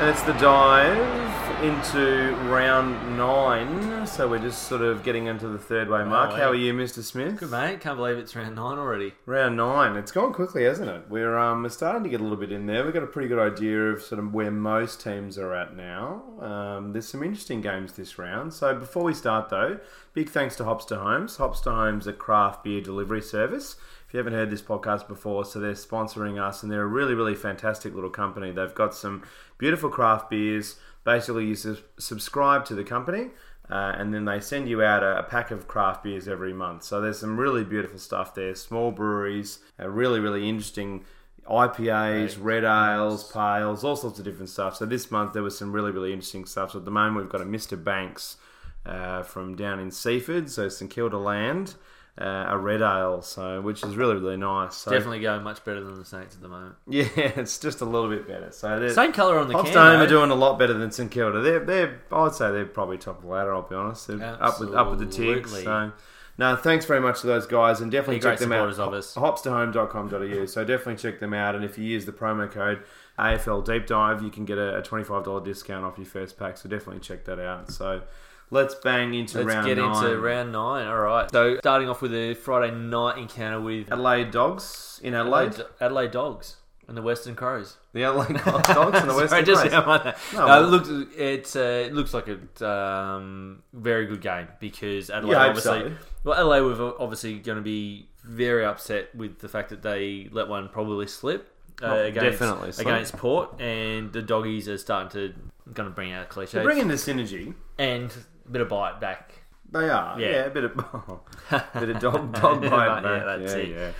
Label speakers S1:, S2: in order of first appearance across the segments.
S1: And it's the dive into round nine. So we're just sort of getting into the third way mark.
S2: Wow,
S1: How are
S2: eh?
S1: you, Mr. Smith?
S2: Good mate, can't believe it's round nine already.
S1: Round nine. It's gone quickly, hasn't it? We're um, we're starting to get a little bit in there. We've got a pretty good idea of sort of where most teams are at now. Um, there's some interesting games this round. So before we start though, big thanks to Hops to Homes. Hops to Homes, a craft beer delivery service. If you haven't heard this podcast before, so they're sponsoring us, and they're a really, really fantastic little company. They've got some beautiful craft beers. Basically, you sus- subscribe to the company. Uh, and then they send you out a, a pack of craft beers every month. So there's some really beautiful stuff there. Small breweries, uh, really, really interesting IPAs, red ales, pales, all sorts of different stuff. So this month there was some really, really interesting stuff. So at the moment we've got a Mr. Banks uh, from down in Seaford, so St Kilda land, uh, a red ale, so which is really, really nice. So,
S2: Definitely going much better than the Saints at the moment.
S1: Yeah, it's just a little bit better. So there's-
S2: Same colour on the
S1: Hopstone
S2: can.
S1: are
S2: though.
S1: doing a lot better than St Kilda. They're, they're, I'd say they're probably top of the ladder. I'll be honest. They're up with up with the ticks.
S2: Absolutely.
S1: So, no, thanks very much to those guys, and definitely
S2: They're
S1: check
S2: great
S1: them out.
S2: supporters of us.
S1: Hopstohome.com.au. So definitely check them out, and if you use the promo code AFL Deep Dive, you can get a, a twenty-five dollar discount off your first pack. So definitely check that out. So let's bang into
S2: Let's
S1: round
S2: get
S1: nine.
S2: into round nine. All right. So starting off with a Friday night encounter with
S1: Adelaide Dogs in Adelaide.
S2: Adelaide Dogs and the Western Crows.
S1: The Adelaide Dogs in the Western
S2: Sorry, just
S1: Coast.
S2: how about that.
S1: No.
S2: No, it looks it's uh, it looks like a um, very good game because Adelaide
S1: You hope
S2: obviously
S1: so.
S2: well Adelaide were obviously going to be very upset with the fact that they let one probably slip uh,
S1: Oh,
S2: against
S1: definitely slip.
S2: against Port and the doggies are starting to going to bring out cliches
S1: They're bringing the synergy.
S2: and a bit of bite back.
S1: They are, yeah,
S2: Yeah.
S1: a bit of bit of dog dog bite
S2: Yeah,
S1: back.
S2: that's
S1: yeah,
S2: it.
S1: yeah.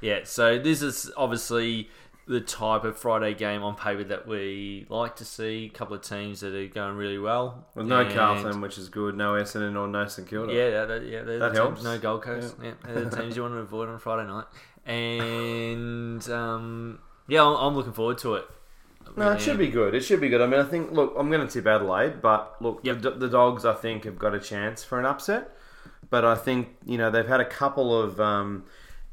S2: Yeah, so this is obviously the type of Friday game on paper that we like to see. A couple of teams that are going really well.
S1: With no
S2: And-
S1: Carlton, which is good, no Essendon or no St Kilda.
S2: Yeah, that, that- yeah, they're
S1: That
S2: the
S1: helps.
S2: Teams, no Gold Coast. Yeah. they're the teams you want to avoid on Friday night. And um, yeah, I'm, I'm looking forward to it.
S1: No, it should be good. It should be good. I mean, I think, look, I'm going to tip Adelaide, but look,
S2: Yep.
S1: the, the Dogs, I think, have got a chance for an upset. But I think, you know, they've had a couple of um,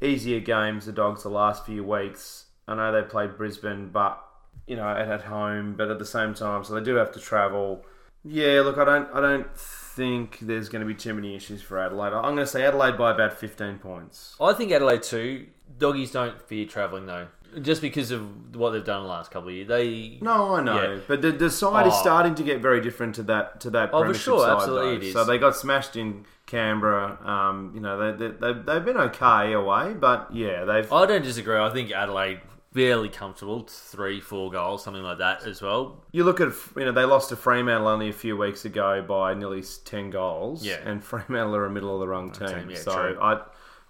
S1: easier games, the Dogs, the last few weeks. I know they played Brisbane, but, you know, and at home, but at the same time, so they do have to travel. Yeah, look, I don't, I don't think there's going to be too many issues for Adelaide. I'm going to say Adelaide by about 15 points.
S2: I think Adelaide too. Doggies don't fear travelling though, just because of what they've done the last couple of years. They
S1: No, I know,
S2: Yeah.
S1: but the, the side is
S2: Oh.
S1: starting to get very different to that to that.
S2: Oh, for
S1: Premiership
S2: sure,
S1: side,
S2: absolutely
S1: though.
S2: it is.
S1: So they got smashed in Canberra. Um, you know, they, they, they they've been okay away, but yeah, they've
S2: I don't disagree. I think Adelaide fairly comfortable, three, four goals, something like that as well.
S1: You look at you know they lost to Fremantle only a few weeks ago by nearly s- ten goals.
S2: Yeah.
S1: and Fremantle are a middle of the rung team.
S2: team, yeah,
S1: so
S2: true.
S1: I,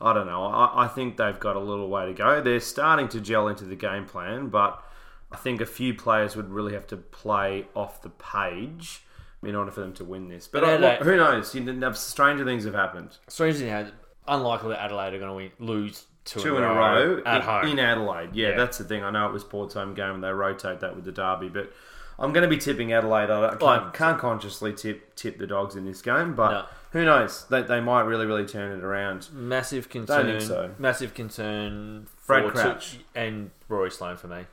S1: I don't know. I, I think they've got a little way to go. They're starting to gel into the game plan, but I think a few players would really have to play off the page in order for them to win this. But,
S2: But
S1: I, look,
S2: Adelaide-
S1: who knows? You know, stranger things have happened.
S2: Strangely, how unlikely that Adelaide are going to lose two,
S1: Two in a row
S2: at
S1: in,
S2: home.
S1: in Adelaide. Yeah,
S2: Yeah.
S1: that's the thing. I know it was Port's home game and they rotate that with the derby, but I'm going to be tipping Adelaide. I don't-
S2: Well,
S1: can't, can't consciously tip tip the dogs in this game, but
S2: No.
S1: who knows? They, they might really really turn it around.
S2: massive concern.
S1: think so.
S2: Massive concern.
S1: Brad
S2: for two-
S1: Crouch.
S2: and Rory Sloan for me.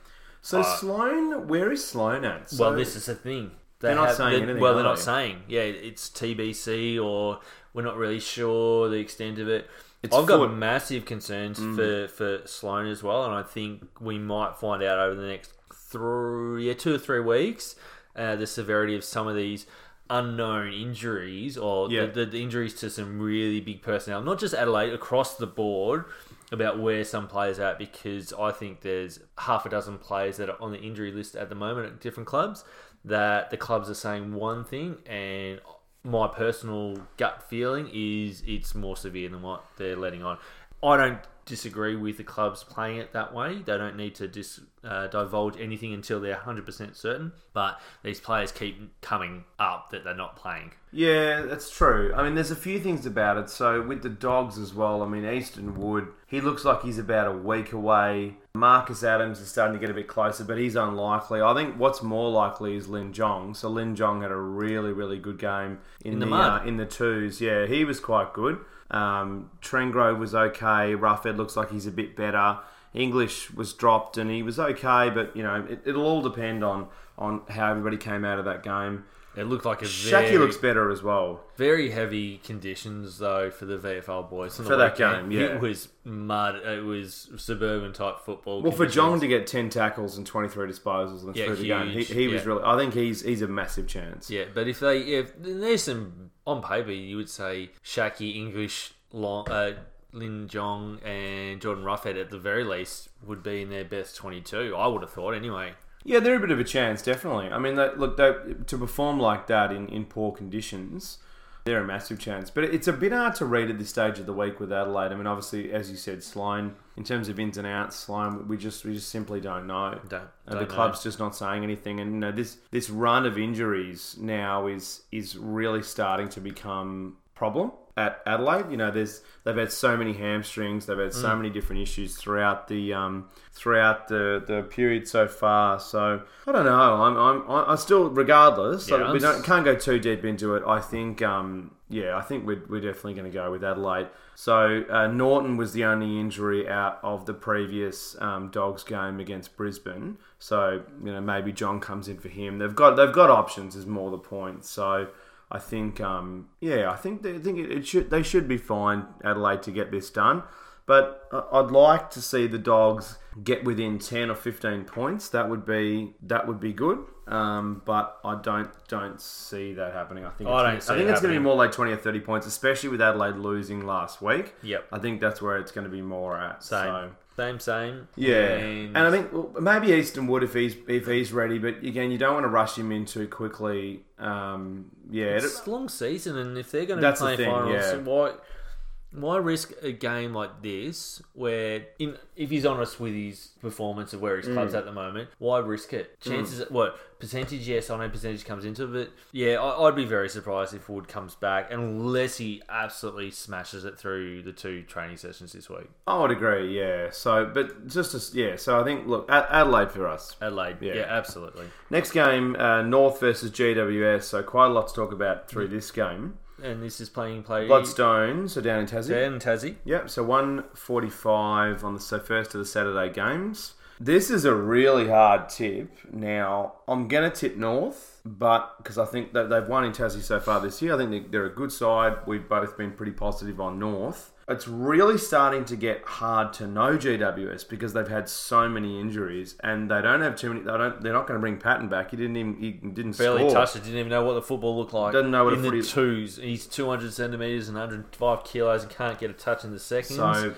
S1: So
S2: Uh,
S1: Sloan, where is Sloan at? So,
S2: well, this is the thing. They
S1: They're not saying anything,
S2: Well,
S1: are
S2: they're not
S1: they?
S2: saying. Yeah, it's TBC or we're not really sure the extent of it.
S1: It's
S2: I've got
S1: foot. Mm.
S2: massive concerns for, for Sloan as well, and I think we might find out over the next three, yeah, two or three weeks uh, the severity of some of these unknown injuries or
S1: Yeah.
S2: the, the injuries to some really big personnel, not just Adelaide, across the board about where some players are at because I think there's half a dozen players that are on the injury list at the moment at different clubs that the clubs are saying one thing and my personal gut feeling is it's more severe than what they're letting on. I don't disagree with the clubs playing it that way. They don't need to dis, uh, divulge anything until they're 100% certain, but these players keep coming up that they're not playing.
S1: Yeah, that's true. I mean, there's a few things about it. So with the dogs as well. I mean, Easton Wood, he looks like he's about a week away. Marcus Adams is starting to get a bit closer, but he's unlikely. I think what's more likely is Lin Jong. So Lin Jong had a really, really good game in,
S2: the
S1: the,
S2: mud.
S1: uh, in the twos. Yeah, he was quite good. Um, Trengrove was okay. Roughhead looks like he's a bit better. English was dropped and he was okay, but you know it, it'll all depend on on how everybody came out of that game.
S2: It looked like a
S1: Shaki
S2: very,
S1: looks better as well.
S2: very heavy conditions though for the VFL boys on the
S1: For that
S2: weekend.
S1: game, yeah.
S2: it was mud. It was suburban type football.
S1: Well, for
S2: conditions.
S1: John to get ten tackles and twenty three disposals and
S2: Yeah,
S1: through the game, he,
S2: huge,
S1: he was
S2: yeah.
S1: really. I think he's he's a massive chance.
S2: Yeah, but if they if there's some on paper, you would say Shaki English, Long, uh, Lin Jong, and Jordan Ruffhead at the very least would be in their best twenty-two. I would have thought anyway.
S1: Yeah, they're a bit of a chance, definitely. I mean, they, look, they, to perform like that in, in poor conditions, they're a massive chance. But it's a bit hard to read at this stage of the week with Adelaide. I mean, obviously, as you said, Sloan, in terms of ins and outs, Sloan, we just we just simply don't know.
S2: Don't,
S1: Uh,
S2: don't
S1: the
S2: know.
S1: club's just not saying anything, and you know, this this run of injuries now is is really starting to become problem at Adelaide. You know, there's they've had so many hamstrings, they've had so many different issues throughout the um, throughout the, the period so far. So I don't know. I'm I'm I I still regardless.
S2: Yeah,
S1: I- we
S2: I'm
S1: don't
S2: s-
S1: can't go too deep into it. I think um, yeah, I think we're, we're definitely going to go with Adelaide. So uh, Norton was the only injury out of the previous um, Dogs game against Brisbane. So you know maybe John comes in for him. They've got they've got options is more the point. So I think um, yeah, I think they I think it, it should they should be fine Adelaide to get this done. But I- I'd like to see the dogs get within ten or fifteen points. That would be that would be good. Um, but I don't don't see that happening. I think
S2: I
S1: it's
S2: don't
S1: gonna-
S2: see
S1: I think
S2: it
S1: it's going to be
S2: happening.
S1: more like twenty or thirty points, especially with Adelaide losing last week.
S2: Yep.
S1: I think that's where it's going to be more at.
S2: Same,
S1: So.
S2: same, same.
S1: Yeah, and,
S2: and,
S1: I think well, maybe Easton would if he's if he's ready, but again, you don't want to rush him in too quickly. Um, yeah, it-
S2: it's a long season, and if they're going to be
S1: That's the
S2: playing
S1: thing,
S2: finals,
S1: yeah.
S2: so why why risk a game like this where in, if he's honest with his performance of where his
S1: Mm.
S2: club's at the moment, why risk it? Chances, what percentage? Yes, I know percentage comes into it, but yeah, I, I'd be very surprised if Wood comes back unless he absolutely smashes it through the two training sessions this week.
S1: I would agree. Yeah, so but just as yeah, so I think look, Ad- Adelaide for us.
S2: Adelaide,
S1: Yeah.
S2: yeah, absolutely,
S1: Next game, uh, North versus GWS. So quite a lot to talk about through this game.
S2: and this is playing play
S1: Bloodstones are down in Tassie.
S2: Dan Tassie.
S1: Yep. So one forty-five on the so first of the Saturday games. This is a really hard tip. Now I'm gonna tip North, but because I think that they've won in Tassie so far this year, I think they- they're a good side. We've both been pretty positive on North. It's really starting to get hard to know GWS because they've had so many injuries and they don't have too many. They don't. They're not going to bring Patton back. He didn't even. He didn't
S2: barely
S1: score.
S2: touched it. Didn't even know what the football looked like.
S1: Doesn't know what a
S2: in the
S1: footy-
S2: twos. He's two hundred centimeters and hundred five kilos and can't get a touch in the seconds.
S1: So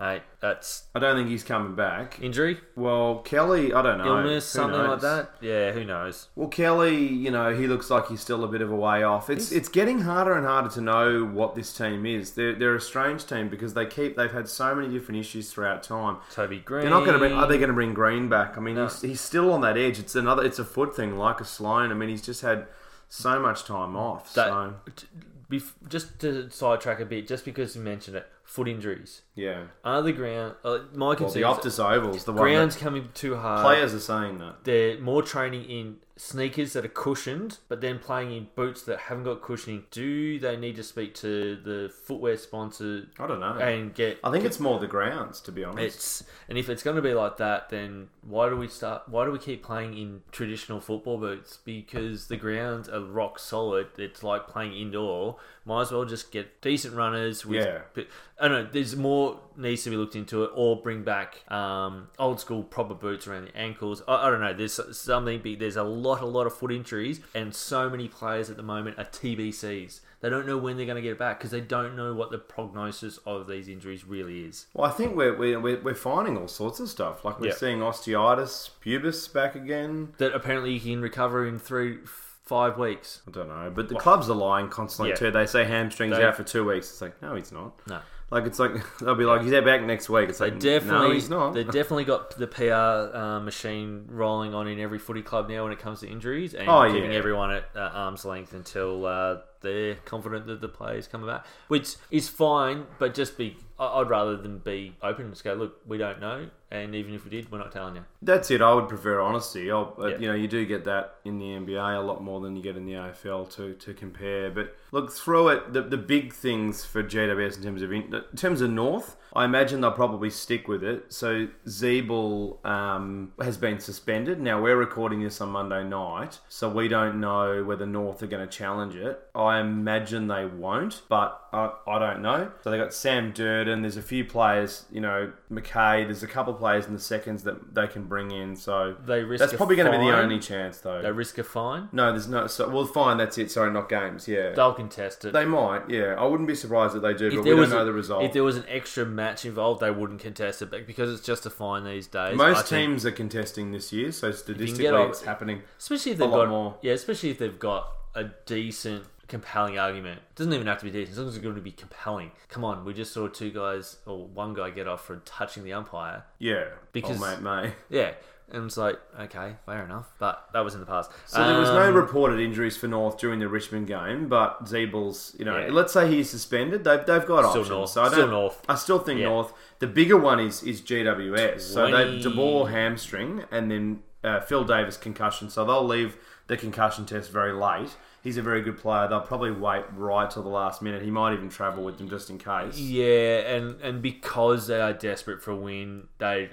S2: Mate, that's
S1: I don't think he's coming back.
S2: injury,
S1: Well, Kelly, I don't know.
S2: illness,
S1: Who
S2: something like
S1: knows?
S2: that. Yeah, who knows?
S1: Well, Kelly, you know, he looks like he's still a bit of a way off. It's it's getting harder and harder to know what this team is. They're, they're a strange team because they keep they've had so many different issues throughout time.
S2: Toby Green.
S1: They're not going to bring. Are they going to bring Green back? I mean, he's, he's still on that edge. It's another. It's a foot thing, like a Sloan. I mean, he's just had so much time off.
S2: That-
S1: so
S2: t- bef- just to sidetrack a bit, just because you mentioned it, foot injuries
S1: yeah,
S2: under the ground. Uh, my
S1: well, the
S2: concern. is
S1: Optus Oval's the one.
S2: ground's
S1: That
S2: coming too hard.
S1: players are saying that.
S2: They're more training in sneakers that are cushioned, but then playing in boots that haven't got cushioning. Do they need to speak to the footwear sponsor
S1: I don't know.
S2: and get?
S1: I think it's more the grounds, to be honest.
S2: It's and if it's going to be like that, then why do we start? Why do we keep playing in traditional football boots? Because the grounds are rock solid. It's like playing indoor. Might as well just get decent runners. With,
S1: Yeah.
S2: but- I don't know. There's more needs to be looked into it, or bring back um, old school proper boots around the ankles. I, I don't know. There's something. big- There's a lot, a lot of foot injuries, and so many players at the moment are TBCs. They don't know when they're going to get it back because they don't know what the prognosis of these injuries really is.
S1: Well, I think we're we're, we're, we're finding all sorts of stuff. Like we're
S2: Yeah.
S1: seeing osteitis, pubis back again.
S2: that apparently you can recover in three, f- five weeks.
S1: I don't know, but the clubs are lying constantly
S2: Yeah.
S1: too. They say hamstrings
S2: They-
S1: out for two weeks. It's like no, he's not.
S2: No.
S1: Like it's like they'll be like he's out back next week. It's
S2: They
S1: like
S2: definitely,
S1: no, he's not.
S2: they definitely got the PR uh, machine rolling on in every footy club now when it comes to injuries and
S1: Oh,
S2: keeping
S1: yeah.
S2: everyone at uh, arm's length until uh, they're confident that the player's coming back, which is fine. But just be, I- I'd rather than be open and just go, look, we don't know, and even if we did, we're not telling you.
S1: That's it. I would prefer honesty. I'll, uh
S2: Yeah.
S1: You know, you do get that in the NBA a lot more than you get in the AFL to, to compare. But look through it. The, the big things for GWS in terms of in, in terms of North, I imagine they'll probably stick with it. So Zeeble um, has been suspended. Now we're recording this on Monday night, so we don't know whether North are going to challenge it. I imagine they won't, but I, I don't know. So they got Sam Durden. There's a few players, you know, McKay. There's a couple of players in the seconds that they can bring in. So
S2: They risk
S1: that's
S2: a
S1: probably going to be the
S2: fine.
S1: only chance, though.
S2: They risk a fine.
S1: no, there's no. So, well, fine. That's it. Sorry, not games. Yeah.
S2: They'll contest it.
S1: They might, yeah. I wouldn't be surprised if they do, but we
S2: there
S1: don't
S2: was
S1: know
S2: a-
S1: the result.
S2: If there was an extra match involved, they wouldn't contest it, but because it's just a fine these days. I
S1: Most
S2: think-
S1: teams are contesting this year, so statistically
S2: off-
S1: it's happening.
S2: especially if they've
S1: lot
S2: got
S1: more.
S2: yeah, especially if they've got a decent, compelling argument. It doesn't even have to be decent. As long as it's going to be compelling. Come on, we just saw two guys or one guy get off for touching the umpire.
S1: Yeah.
S2: Because-
S1: oh, mate, mate.
S2: Yeah, and it's like okay, fair enough, but that was in the past.
S1: So there was no
S2: Um,
S1: reported injuries for North during the Richmond game, but Zeebles, you know,
S2: Yeah.
S1: let's say he's suspended, they've, they've got
S2: Still
S1: options.
S2: North.
S1: So I don't,
S2: Still North.
S1: I still think
S2: Yeah.
S1: North. The bigger one is is GWS. So they
S2: 20.
S1: DeBoer hamstring and then uh, Phil Davis concussion. So they'll leave the concussion test very late. He's a very good player. They'll probably wait right till the last minute. He might even travel with them just in case.
S2: yeah, and and because they are desperate for a win, they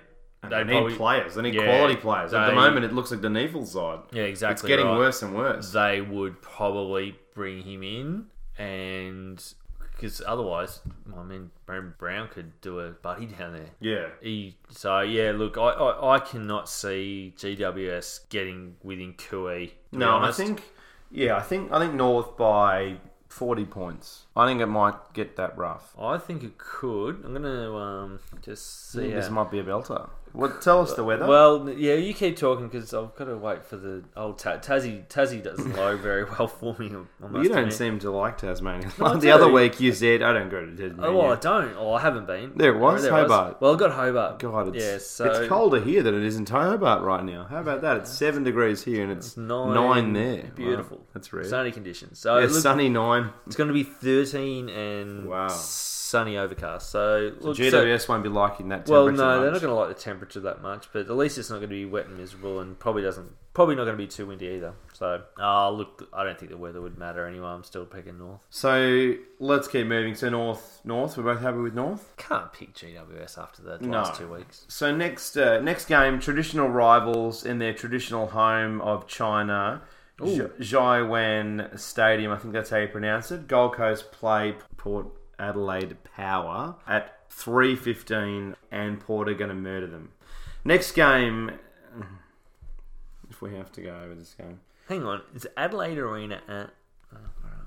S1: They, need
S2: probably-
S1: players. They need
S2: Yeah,
S1: quality players. At the
S2: they-
S1: moment, it looks like the Neville side.
S2: Yeah,
S1: It's
S2: exactly.
S1: getting
S2: right.
S1: worse and worse.
S2: They would probably bring him in, and because otherwise, I mean, Brendan Brown could do a buddy down there.
S1: Yeah.
S2: He, so yeah, look, I, I, I cannot see GWS getting within Kui. to be
S1: No, I
S2: honest.
S1: think. Yeah, I think I think North by forty points. I think it might get that rough.
S2: I think it could. I'm gonna um just
S1: I
S2: see.
S1: think This
S2: how-
S1: might be a belter. Well, tell us the weather.
S2: well, yeah, you keep talking because I've got to wait for the old ta- Tassie. Tassie doesn't low very well for me. I must
S1: you don't
S2: admit.
S1: seem to like Tasmania.
S2: No, I
S1: the
S2: do.
S1: other week you said I don't go to Tasmania.
S2: Oh, well, I don't. Oh, I haven't been.
S1: There it was,
S2: Oh,
S1: Hobart.
S2: Well, I got Hobart.
S1: God, it's,
S2: yeah, so
S1: it's colder here than it is in Hobart right now. How about that? It's seven degrees here and it's,
S2: nine,
S1: there. Wow,
S2: Beautiful.
S1: that's rare.
S2: Sunny conditions. So
S1: yeah,
S2: look,
S1: sunny nine.
S2: it's going to be 13 and
S1: Wow.
S2: sunny overcast. So, look, so-
S1: GWS won't be liking that.
S2: well,
S1: temperature
S2: no, they're
S1: much.
S2: not going to like the temperature that much, but at least it's not going to be wet and miserable, and probably doesn't, probably not going to be too windy either. So, ah, look, I don't think the weather would matter anyway. I'm still picking North.
S1: So let's keep moving. So north, north. We're both happy with north.
S2: Can't pick GWS after the
S1: No.
S2: last two weeks.
S1: So next, uh, next game, traditional rivals in their traditional home of China,
S2: Ooh.
S1: Jiawen Stadium. I think that's how you pronounce it. Gold Coast play Port Adelaide Power at three fifteen, and Port are going to murder them. Next game, if we have to go over this game.
S2: Hang on, is Adelaide Arena at?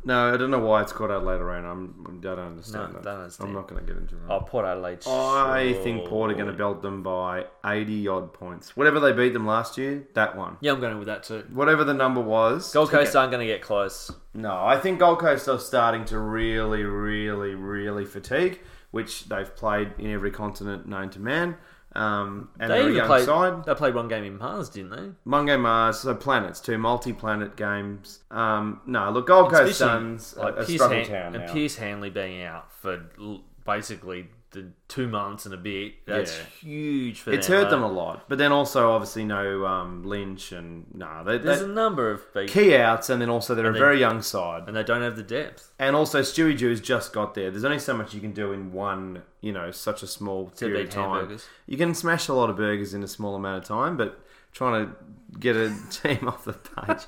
S1: No, I don't know why it's called Adelaide Arena. I'm, I don't understand
S2: No,
S1: that.
S2: don't understand.
S1: I'm not going to get into that.
S2: Oh, Port Adelaide.
S1: I
S2: sure.
S1: think Port are going to belt them by 80 odd points. Whatever they beat them last year, that one.
S2: Yeah, I'm going with that too.
S1: Whatever the number was.
S2: Gold
S1: take
S2: Coast aren't going to get close.
S1: it. No, I think Gold Coast are starting to really, really, really fatigue, which they've played in every continent known to man. Um, and
S2: They
S1: they're a
S2: even
S1: young
S2: played.
S1: side.
S2: They played one game in Mars, didn't they?
S1: Mungo Mars, so planets, two multi planet games. Um, no, look, Gold Coast Suns, like a, a
S2: Pierce
S1: struggle
S2: Han-
S1: town.
S2: and
S1: now.
S2: Pierce Hanley being out for l- basically the two months and a bit. That's
S1: Yeah.
S2: huge for
S1: it's
S2: them.
S1: hurt them
S2: mate.
S1: a lot. But then also, obviously, no um, Lynch and. No, they, they,
S2: There's a number of people,
S1: key outs, and then also they're a
S2: then-
S1: very young side.
S2: and they don't have the depth.
S1: And also, Stewie Jew's just got there. There's only so much you can do in one, you know, such a small period of
S2: big
S1: time.
S2: hamburgers.
S1: You can smash a lot of burgers in a small amount of time, but trying to get a team off the page,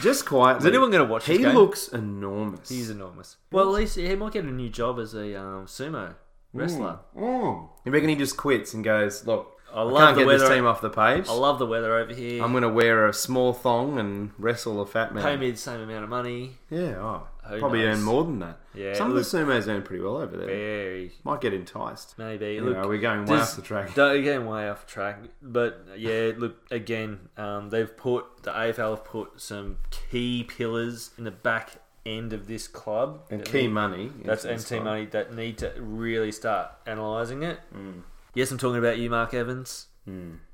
S1: just quietly.
S2: Is anyone going to watch
S1: He
S2: this game?
S1: looks enormous.
S2: He's enormous. Well, at least he might get a new job as a um, sumo wrestler.
S1: Mm. You reckon he just quits and goes, "Look, I,
S2: love
S1: can't
S2: the
S1: get this
S2: weather-
S1: team off the page.
S2: I love the weather over here.
S1: I'm going to wear a small thong and wrestle a fat man."
S2: Pay me the same amount of money.
S1: Yeah, oh,
S2: Who
S1: probably
S2: knows?
S1: earn more than that.
S2: Yeah,
S1: Some of
S2: look-
S1: the sumos earn pretty well over there.
S2: Very
S1: Might get enticed.
S2: maybe.
S1: You
S2: Look,
S1: know, we're going way
S2: Does-
S1: off the track.
S2: Don't you're getting way off track, but yeah, look again. Um, they've put the AFL have put some key pillars in the back end of this club.
S1: and
S2: That
S1: key
S2: need-
S1: money.
S2: that's
S1: is- is
S2: NT
S1: fine.
S2: money that need to really start analysing it.
S1: Mm.
S2: Yes, I'm talking about you, Mark Evans,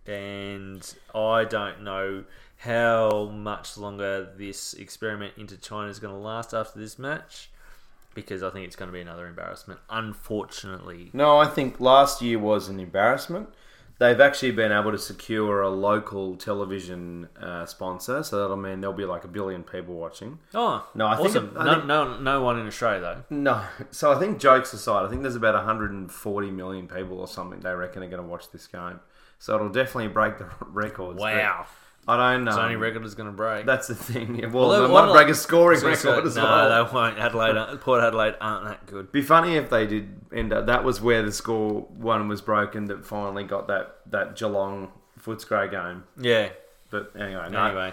S2: and I don't know how much longer this experiment into China is going to last after this match. Because I think it's going to be another embarrassment, unfortunately.
S1: No, I think last year was an embarrassment. They've actually been able to secure a local television uh, sponsor, so that'll mean there'll be like a billion people watching.
S2: Oh,
S1: No, I think-
S2: awesome.
S1: I
S2: no,
S1: think-
S2: no, no one in Australia though.
S1: No, so I think jokes aside, I think there's about 140 million people or something they reckon are going to watch this game. So it'll definitely break the records. but
S2: Wow,
S1: I don't know.
S2: it's only record is going to break.
S1: That's the thing. Yeah, Well,
S2: Although
S1: they
S2: one
S1: might
S2: of
S1: break
S2: the-
S1: a scoring
S2: So-
S1: record
S2: so-
S1: as
S2: no,
S1: well.
S2: they won't. Adelaide, aren't- Port Adelaide aren't that good.
S1: Be funny if they did end up. That was where the score one was broken. That finally got that that Geelong Footscray game.
S2: Yeah.
S1: But anyway, no,
S2: Anyway,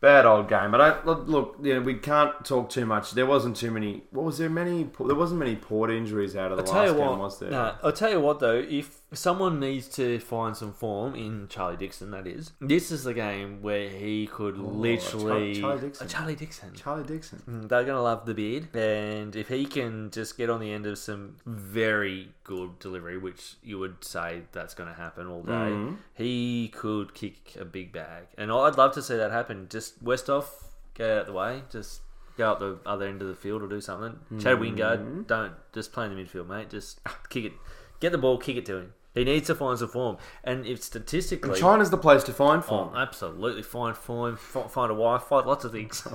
S1: bad old game. I don't look. look you know, we can't talk too much. There wasn't too many. What was there? Many. There wasn't many port injuries out of the
S2: I'll
S1: last
S2: tell you
S1: game,
S2: what.
S1: was there?
S2: No, I'll tell you what though. If someone needs to find some form in Charlie Dixon, that is, this is the game where he could literally
S1: Char- Charlie Dixon.
S2: Uh, Charlie Dixon.
S1: Charlie Dixon.
S2: Mm, They're going to love the beard. And if he can just get on the end of some very good delivery, which you would say that's going to happen all day, he could kick a big bag. And I'd love to see that happen. Just West off, go out the way, just go up the other end of the field or do something. Chad Wingard, don't. Just play in the midfield, mate. Just kick it. Get the ball, kick it to him. He needs to find some form. And if statistically.
S1: China's the place to find
S2: Oh,
S1: form.
S2: absolutely. Find form, fi- find a wife, find lots of things.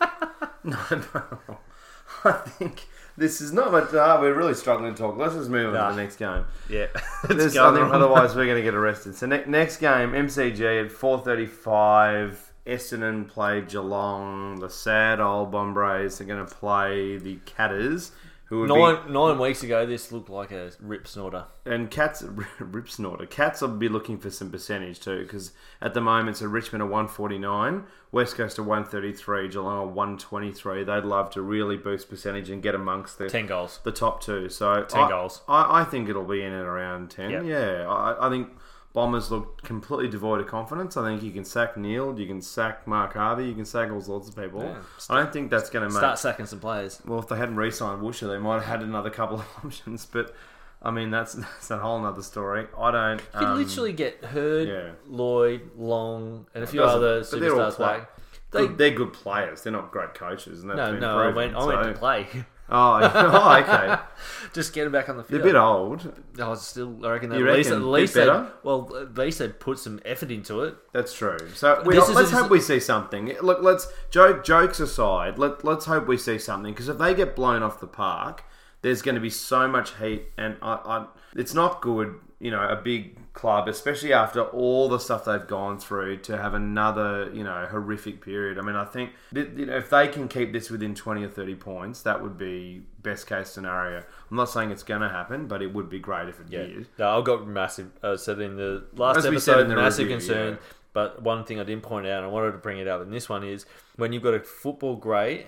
S2: Oh,
S1: No, no. I think this is not much. Uh, we're really struggling to talk. Let's just move on
S2: Nah.
S1: to the next game.
S2: Yeah.
S1: There's
S2: go
S1: nothing,
S2: on.
S1: otherwise we're going to get arrested. So ne- next game, MCG at 4:35. Essendon play Geelong. The sad old Bombers are going to play the Catters. Who would
S2: Nine nine weeks ago, this looked like a rip snorter.
S1: be, and cats rip snorter. Cats will be looking for some percentage too, because at the moment so Richmond are one forty nine, West Coast are one thirty three, Geelong are one twenty three. They'd love to really boost percentage and get amongst the
S2: Ten goals.
S1: the top two. So
S2: 10
S1: I,
S2: goals.
S1: I, I think it'll be in and around ten.
S2: Yep.
S1: Yeah, I, I think Bombers look completely devoid of confidence. I think you can sack Neil, you can sack Mark Harvey, you can sack all sorts of people.
S2: Yeah.
S1: I don't think that's going to make.
S2: Start sacking some players.
S1: Well, if they hadn't re-signed Woosha, they might have had another couple of options. But I mean, that's that's a whole other story. I don't.
S2: You could
S1: um,
S2: literally get Hurd,
S1: yeah.
S2: Lloyd, Long, and a few
S1: doesn't-
S2: other
S1: but they're all
S2: superstars
S1: play-
S2: back. They,
S1: Good, they're good players. They're not great coaches, and that's
S2: no,
S1: been
S2: no, I
S1: proven,
S2: went, I went to
S1: so-
S2: play.
S1: Oh, oh, okay.
S2: Just get him back on the
S1: They're
S2: field. Oh,
S1: a bit old.
S2: I was still, I reckon, they
S1: You
S2: at least, at
S1: reckon?
S2: least
S1: Bit
S2: they,
S1: better?
S2: well, at least they put some effort into it.
S1: That's true. So we,
S2: This is-
S1: let's
S2: this
S1: hope
S2: is-
S1: we see something. Look, let's joke jokes aside. Let let's hope we see something because if they get blown off the park, there's going to be so much heat, and I, I, it's not good. You know, a big club, especially after all the stuff they've gone through, to have another you know horrific period. I mean, I think that, you know if they can keep this within twenty or thirty points, that would be best case scenario. I'm not saying it's going to happen, but it would be great if it did.
S2: No, I've got massive. Uh, said in the last
S1: As we said
S2: episode,
S1: in the
S2: massive
S1: review,
S2: concern.
S1: yeah.
S2: But one thing I didn't point out, and I wanted to bring it up in this one is when you've got a football great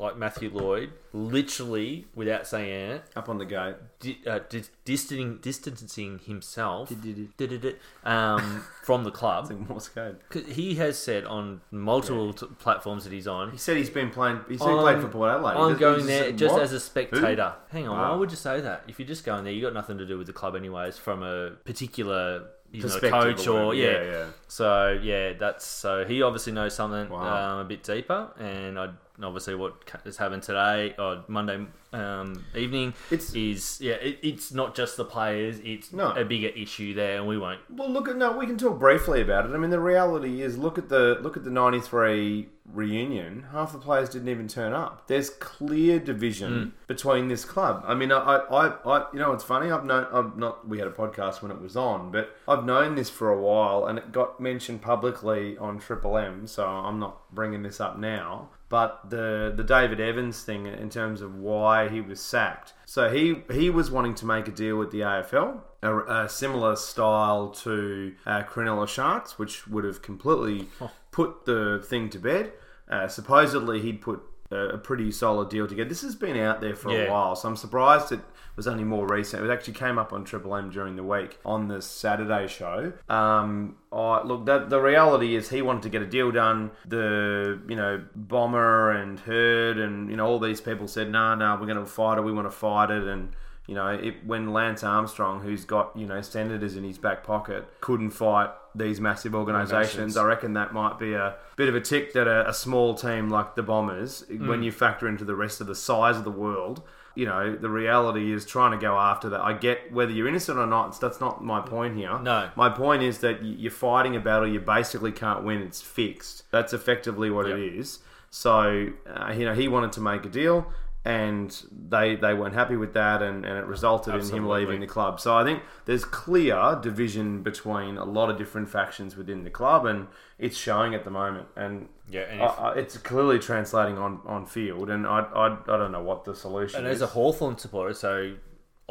S2: like Matthew Lloyd, literally without saying it,
S1: Up on the gate.
S2: di- uh, dis- distancing, distancing himself did-did-did, um, from the club.
S1: Morse code.
S2: 'Cause He has said on multiple t- platforms that he's on.
S1: He said he's been playing. He said he played for Port Adelaide.
S2: I'm
S1: He
S2: going
S1: just-
S2: there
S1: what?
S2: just as a spectator. Hang on,
S1: Wow.
S2: why would you say that? If you're just going there, you got nothing to do with the club, anyways. From a particular you know,
S1: Perspective
S2: coach
S1: or
S2: or,
S1: whatever.
S2: yeah.
S1: Yeah, yeah.
S2: So yeah, that's so he obviously knows something
S1: Wow.
S2: um, a bit deeper, and I obviously what ca- has happened today or Monday um, evening
S1: It's-
S2: is yeah, it, it's not just the players; it's
S1: No.
S2: a bigger issue there, and we won't.
S1: Well, look at no. We can talk briefly about it. I mean, the reality is, look at the look at the '93 reunion. Half the players didn't even turn up. There's clear division between this club. I mean, I, I, I, I you know, it's funny. I've known. I've not. We had a podcast when it was on, but I've known this for a while, and it got mentioned publicly on Triple M. So I'm not bringing this up now. But the the David Evans thing in terms of why he was sacked. So he he was wanting to make a deal with the AFL, a, a similar style to uh, Cronulla Sharks, which would have completely put the thing to bed. Uh, supposedly, he'd put a, a pretty solid deal together. This has been out there for a
S2: Yeah.
S1: while, so I'm surprised it was only more recent. It actually came up on Triple M during the week on the Saturday show. Um, I, look, that, the reality is he wanted to get a deal done. The you know bomber and Hurd and you know all these people said, "No, nah, no, nah, we're going to fight it. We want to fight it." And you know, it, when Lance Armstrong, who's got you know senators in his back pocket, couldn't fight these massive organisations, I reckon that might be a bit of a
S2: Mm.
S1: tick that a, a small team like the Bombers, when you factor into the rest of the size of the world, you know, the reality is trying to go after that. I get whether you're innocent or not. That's not my point here.
S2: No.
S1: My point is that y- you're fighting a battle you basically can't win. It's fixed. That's effectively what it is. So, uh, you know, he wanted to make a deal and they they weren't happy with that and, and it resulted in
S2: Absolutely.
S1: him leaving the club. So I think there's clear division between a lot of different factions within the club and it's showing at the moment. And
S2: Yeah, and
S1: I-
S2: if-
S1: I- it's clearly translating on, on field and I, I, I don't know what the solution
S2: And
S1: is.
S2: as a Hawthorn supporter, so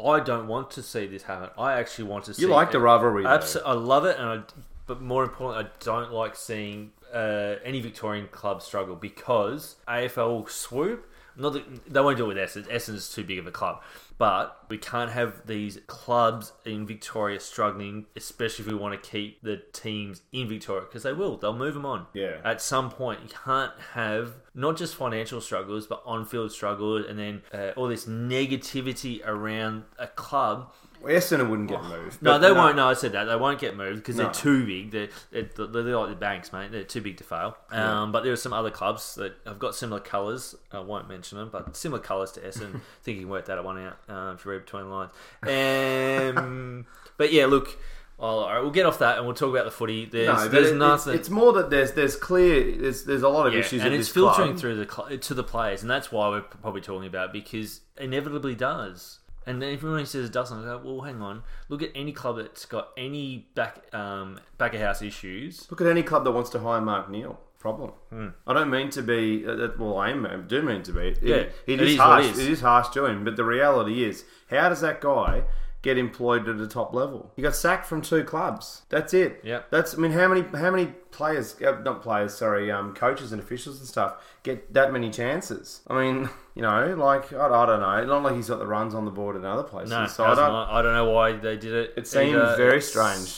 S2: I don't want to see this happen. I actually want to see
S1: you like the rivalry. though.
S2: Abso- I love it, and I, but more importantly, I don't like seeing uh, any Victorian club struggle because AFL will swoop. Not that, they won't do it with Essendon. Essendon is too big of a club, but we can't have these clubs in Victoria struggling, especially if we want to keep the teams in Victoria because they will. They'll move them on.
S1: Yeah.
S2: At some point, you can't have not just financial struggles, but on-field struggles, and then uh, all this negativity around a club
S1: Well, Essendon wouldn't get moved.
S2: Oh. no,
S1: but
S2: they won't. No, I said that they won't get moved because
S1: No.
S2: they're too big. They're, they're, they're like the banks, mate. They're too big to fail. Um, But there are some other clubs that have got similar colours. I won't mention them, but similar colours to Essendon. I think you can work that one out um, if you read between the lines. Um, but yeah, look, i all right, we'll get off that and we'll talk about the footy. There's,
S1: No, but
S2: there's
S1: it- it's,
S2: nothing.
S1: it's more that there's there's clear there's there's a lot of
S2: Yeah,
S1: issues
S2: and
S1: at
S2: it's
S1: this
S2: filtering
S1: club.
S2: through the cl- to the players, and that's why we're probably talking about it, because inevitably does. And then everyone who says it doesn't, I go, well, hang on. Look at any club that's got any back um, back of house issues.
S1: Look at any club that wants to hire Mark Neal. Problem.
S2: Hmm.
S1: I don't mean to be. uh, that- Well, I am, I do mean to be. It,
S2: Yeah,
S1: it
S2: it
S1: is,
S2: is what
S1: harsh.
S2: it is.
S1: It is harsh to him. But the reality is, how does that guy get employed at the top level? He got sacked from two clubs. That's it.
S2: Yeah.
S1: That's. I mean, how many how many players, uh, not players, sorry, um, coaches and officials and stuff get that many chances? I mean, you know, like I, I don't know. Not like he's got the runs on the board in other places.
S2: No,
S1: so I don't.
S2: I don't know why they did it.
S1: It seemed
S2: either.
S1: very
S2: uh, It's-
S1: strange.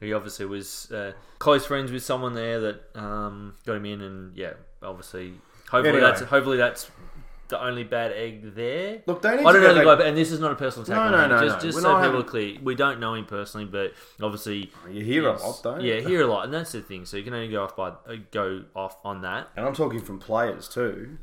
S2: He obviously was uh, close friends with someone there that um, got him in, and yeah, obviously, hopefully
S1: Anyway.
S2: that's hopefully that's the only bad egg there.
S1: Look, they need
S2: I
S1: to
S2: don't
S1: go
S2: know the guy,
S1: back-
S2: but- and this is not a personal attack.
S1: No,
S2: on
S1: no,
S2: him.
S1: no,
S2: Just,
S1: no.
S2: just
S1: We're
S2: so
S1: not
S2: people are
S1: having-
S2: clear, we don't know him personally, but obviously,
S1: You hear a lot, though.
S2: yeah, hear a lot, and that's the thing. So you can only go off by uh, go off on that.
S1: And I'm talking from players too,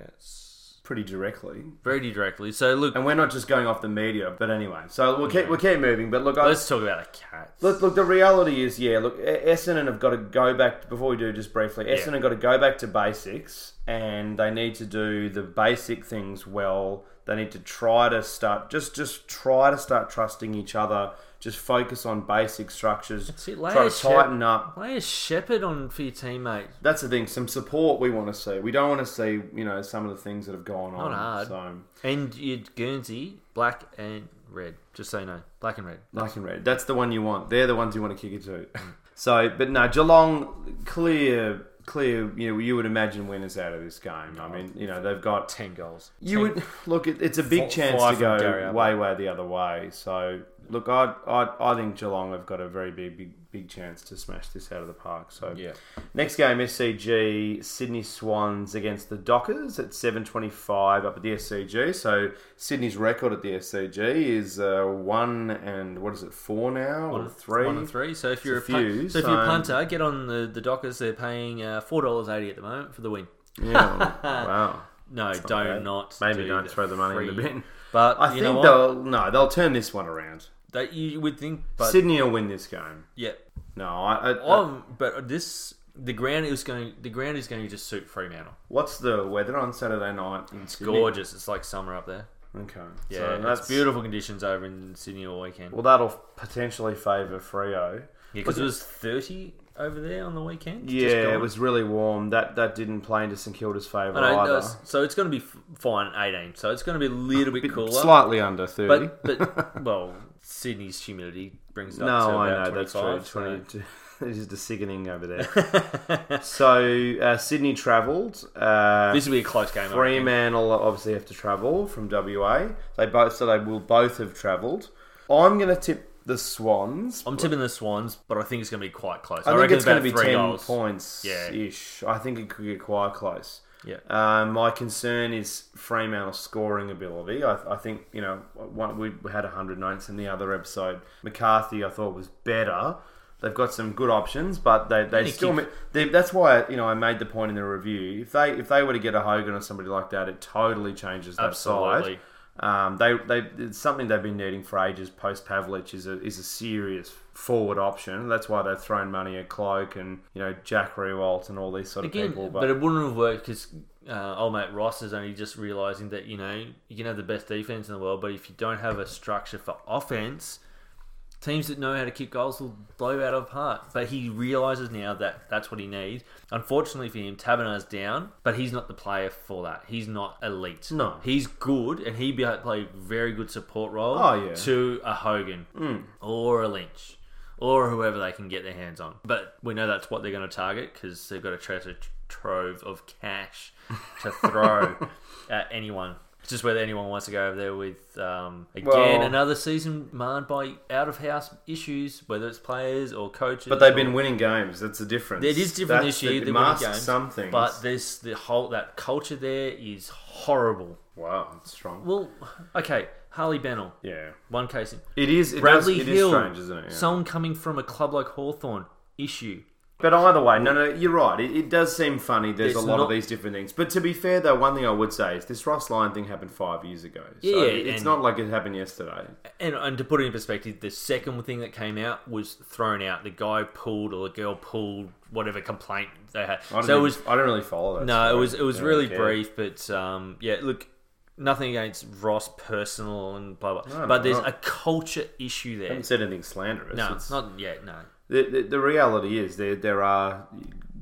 S2: Yes,
S1: pretty directly.
S2: very directly. So look,
S1: And we're not just going off the media, but anyway. So we'll keep we'll keep moving. But look, I,
S2: let's talk about the cats.
S1: look, look. The reality is, yeah. Look, E- Essendon have got to go back before we do just briefly. Essendon have got to go back to basics, and they need to do the basic things well. They need to try to start just just try to start trusting each other. Just focus on basic structures.
S2: See,
S1: try
S2: Leia
S1: to
S2: Shep-
S1: tighten up.
S2: Leia Shepherd on for your teammate.
S1: That's the thing. Some support we want to see. We don't want to see you know some of the things that have gone on.
S2: hard.
S1: So.
S2: And your Guernsey, black and red. Just so you know, black and red.
S1: Black and red. That's the one you want. They're the ones you want to kick it to. So, but no, Geelong, clear, clear. You know, you would imagine winners out of this game. I mean, you know, they've got.
S2: Ten goals.
S1: You would look. It, it's a big
S2: Four-
S1: chance
S2: five
S1: to
S2: from Gary
S1: go
S2: Ablett.
S1: way, way the other way. So, look, I, I, I think Geelong have got a very big, big, big chance to smash this out of the park. So,
S2: Yeah.
S1: Next game, SCG Sydney Swans against the Dockers at 7:25 up at the SCG. So Sydney's record at the SCG is uh, one and what is it four now or three?
S2: One and three. So if you're a,
S1: It's a
S2: pun-
S1: few,
S2: so if you're
S1: so-
S2: a punter, get on the, the Dockers. They're paying uh, four dollars eighty at the moment for the win.
S1: Yeah, wow.
S2: No, don't
S1: bad.
S2: not.
S1: Maybe
S2: do
S1: don't
S2: the
S1: throw the money in the
S2: free-
S1: bin.
S2: But
S1: I
S2: you know
S1: think
S2: what?
S1: they'll no, they'll turn this one around.
S2: That you would think, but
S1: Sydney will win this game.
S2: yeah.
S1: No, I, uh, I,
S2: Um, but this the ground is going. The ground is going to just suit Fremantle.
S1: what's the weather on Saturday night? in
S2: It's
S1: Sydney?
S2: gorgeous. It's like summer up there.
S1: Okay,
S2: Yeah,
S1: so
S2: it's
S1: that's beautiful.
S2: beautiful conditions over in Sydney all weekend.
S1: Well, that'll potentially favour Frio.
S2: Yeah, because it was 30 over there on the weekend. just
S1: Yeah, it
S2: gone.
S1: was really warm. That that didn't play into St Kilda's favour
S2: I know,
S1: either.
S2: no, s- so it's going to be f- fine at 18. So it's going to be a little bit
S1: Bit-
S2: cooler.
S1: Slightly under thirty.
S2: But, but well, Sydney's humidity brings it
S1: no,
S2: up to
S1: I
S2: about
S1: know that's
S2: 25.
S1: true.
S2: so-
S1: Twenty-two. It's just a sickening over there. so uh, Sydney travelled. Uh,
S2: This will be a close game. I reckon.
S1: Fremantle obviously have to travel from WA. They both so they will both have travelled. I'm going to tip the Swans.
S2: I'm tipping the Swans, but I think it's going to be quite close.
S1: I,
S2: I,
S1: think
S2: reckon
S1: it's going to be
S2: about three
S1: ten
S2: goals.
S1: points
S2: Yeah.
S1: ish. I think it could get quite close.
S2: Yeah.
S1: Um, my concern is Fremantle's scoring ability. I, I think you know one, we had 100 nights in the other episode. McCarthy I thought was better. They've got some good options, but they, they
S2: Nicky.
S1: still. mi- They, that's why you know I made the point in the review. If they if they were to get a Hogan or somebody like that, it totally changes that
S2: Absolutely.
S1: side. Um, they they it's something they've been needing for ages. Post Pavlich is a is a serious forward option. That's why they've thrown money at Cloak and you know Jack Rewalt and all these sort of
S2: Again,
S1: people.
S2: but, it wouldn't have worked because uh, old mate Ross is only just realizing that you know you can have the best defense in the world, but if you don't have a structure for offense, teams that know how to kick goals will blow you out of part. But he realizes now that that's what he needs. Unfortunately for him, Tabernard's down, but he's not the player for that. He's not elite.
S1: No.
S2: he's good, and he be able to play very good support role
S1: Oh, yeah. Hmm.
S2: to a Hogan or a Lynch or whoever they can get their hands on. But we know that's what they're going to target because they've got a treasure trove of cash to throw at anyone. It's just whether anyone wants to go over there with, um, again,
S1: Well-
S2: another season marred by out of house issues, whether it's players or coaches.
S1: But they've
S2: or-
S1: been winning games. That's the difference.
S2: It is different
S1: That's
S2: this year.
S1: the-
S2: They're winning
S1: masks
S2: games,
S1: some things.
S2: but this the whole that culture there is horrible.
S1: wow, that's strong.
S2: Well, okay, Harley Bennell,
S1: yeah,
S2: one case in.
S1: it is. It
S2: Bradley
S1: does, it is
S2: Hill,
S1: strange, isn't it? Yeah.
S2: someone coming from a club like Hawthorn issue.
S1: But either way, no, no, you're right. It, it does seem funny. There's
S2: It's
S1: a lot
S2: not-
S1: of these different things. But to be fair, though, one thing I would say is this Ross Lyon thing happened five years ago. So
S2: Yeah,
S1: it's
S2: and-
S1: not like it happened yesterday.
S2: And, and to put it in perspective, the second thing that came out was thrown out. The guy pulled or the girl pulled whatever complaint they had.
S1: I don't,
S2: So it
S1: even-
S2: was
S1: I don't really follow that.
S2: no, it
S1: story.
S2: was it was
S1: I don't
S2: really
S1: care.
S2: brief. But um, yeah, look, nothing against Ross personal and blah blah.
S1: no,
S2: but there's
S1: no.
S2: a culture issue
S1: I
S2: there.
S1: haven't said anything slanderous.
S2: No,
S1: It's-
S2: not yet. No,
S1: the, the, the reality is there there are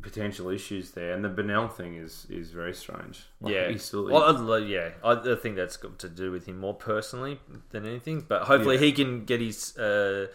S1: potential issues there, and the Benell thing is is very strange. Like,
S2: yeah.
S1: he's still,
S2: well, um, I'd lo- yeah, I I think that's got to do with him more personally than anything. But hopefully,
S1: Yeah.
S2: he can get his. Uh,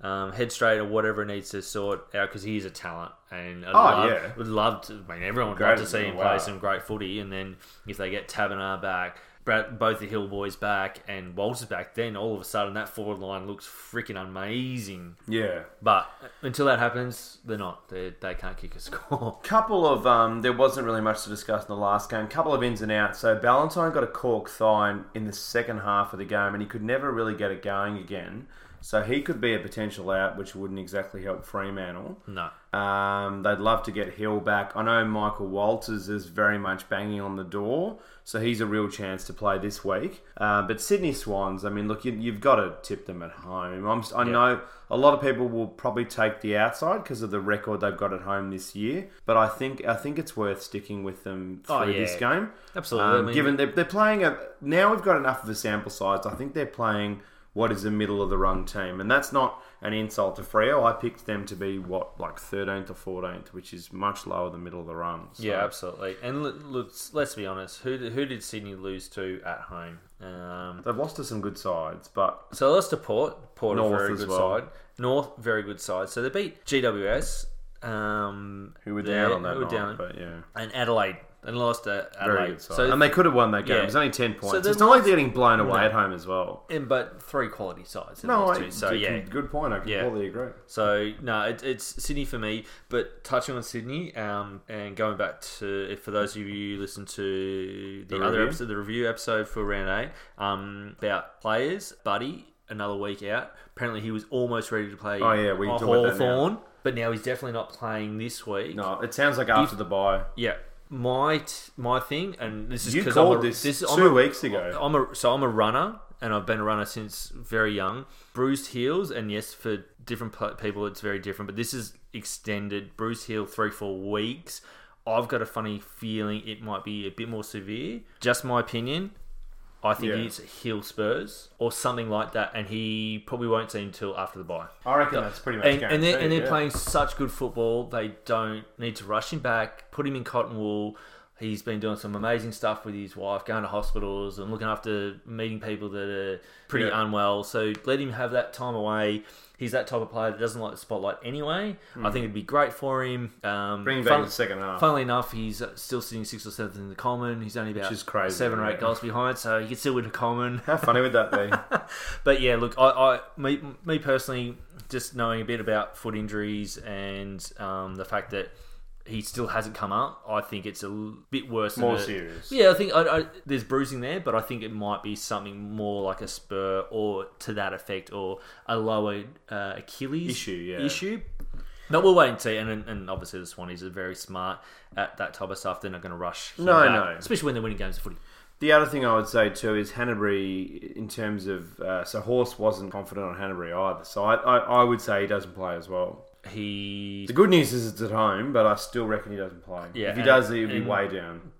S2: um, head straight or whatever it needs to sort out because he is a talent and I love,
S1: Oh, yeah.
S2: would love to. I mean, everyone would
S1: Great,
S2: love to see him
S1: wow.
S2: play some great footy, and then if they get Tabernar back, Brad, both the Hill boys back, and Walters back, then all of a sudden that forward line looks freaking amazing.
S1: yeah.
S2: But until that happens, they're not. They they can't kick a score.
S1: couple of um, there wasn't really much to discuss in the last game. Couple of ins and outs. So Ballantyne got a cork thigh in- in the second half of the game, and he could never really get it going again. So he could be a potential out, which wouldn't exactly help Fremantle.
S2: No.
S1: Um, they'd love to get Hill back. I know Michael Walters is very much banging on the door, so he's a real chance to play this week. Uh, but Sydney Swans, I mean, lost. I mean, look, you, you've got to tip them at home. I'm, si know a lot of people will probably take the outside because of the record they've got at home this year, but I think I think it's worth sticking with them through
S2: Oh, yeah.
S1: this game.
S2: Absolutely.
S1: Um,
S2: I mean-
S1: given they're, they're playing a now we've got enough of a sample size. I think they're playing what is a middle of the run team, and that's not an insult to Freo. I picked them to be what like thirteenth or fourteenth, which is much lower than middle of the run. So-
S2: Yeah, absolutely. And l- let's let's be honest. Who did, who did Sydney lose to at home? Um,
S1: they've lost to some good sides, but
S2: so they lost to Port. Port
S1: North
S2: a very
S1: as
S2: good
S1: well.
S2: side. North very good side. So they beat GWS. Um,
S1: who were
S2: there-
S1: down on that
S2: who were
S1: night?
S2: down-
S1: But yeah,
S2: and Adelaide and lost to
S1: very
S2: Adelaide.
S1: good side, Um,
S2: So
S1: and they could have won that game.
S2: yeah.
S1: It was only ten points.
S2: they're
S1: it's not like they're getting blown away at home as well.
S2: and but three quality sides. in
S1: No,
S2: those
S1: I,
S2: two. so yeah,
S1: good point. I
S2: Yeah.
S1: completely agree.
S2: So no, it, it's Sydney for me. But touching on Sydney, um, and going back to if for those of you who listen to the,
S1: The
S2: other
S1: review?
S2: episode, the review episode for round eight, um, about players, Buddy, another week out. Apparently, he was almost ready to play.
S1: Oh, yeah, we can talk about that now.
S2: Hawthorn, but now he's definitely not playing this week.
S1: No, it sounds like after the bye.
S2: Yeah. My t- my thing, and this is
S1: You
S2: because
S1: called
S2: I'm a,
S1: this,
S2: this I'm
S1: two
S2: a-
S1: weeks ago.
S2: I'm a so I'm a runner, and I've been a runner since very young. Bruised heels, and yes, for different pl- people, it's very different. But this is extended bruised heel three four weeks. I've got a funny feeling it might be a bit more severe. Just my opinion. I think
S1: Yeah.
S2: it's heel spurs or something like that, and he probably won't see until after the bye.
S1: I reckon that's pretty much
S2: And, and they're, and
S1: guaranteed,
S2: they're
S1: yeah.
S2: playing such good football. They don't need to rush him back, put him in cotton wool. He's been doing some amazing stuff with his wife, going to hospitals and looking after meeting people that are pretty
S1: Yeah.
S2: unwell. So let him have that time away. He's that type of player that doesn't like the spotlight anyway. I think it'd be great for him. Um,
S1: Hmm. Bring him back in the second half.
S2: Funnily enough, he's still sitting sixth or seventh in the common. He's only about
S1: Which is crazy,
S2: seven or
S1: yeah.
S2: eight goals behind, so he can still win the common.
S1: How funny would that be?
S2: But yeah, look, I, I me, me personally, just knowing a bit about foot injuries and um, the fact that he still hasn't come up, I think it's a l- bit worse.
S1: More
S2: than a-
S1: serious.
S2: Yeah, I think I, I, there's bruising there, but I think it might be something more like a spur or to that effect, or a lower uh, Achilles
S1: Issue, yeah.
S2: issue. But we'll wait and see. And, and obviously, the Swannies are very smart at that type of stuff. They're not going to rush. him
S1: No,
S2: back,
S1: no.
S2: Especially when they're winning games of footy.
S1: The other thing I would say too is Hanbury, in terms of uh, so Horse wasn't confident on Hanbury either. So I, I, I would say he doesn't play as well.
S2: He
S1: The good news is it's at home, but I still reckon he doesn't play.
S2: Yeah,
S1: if he
S2: and-
S1: does, he would be
S2: and-
S1: way down.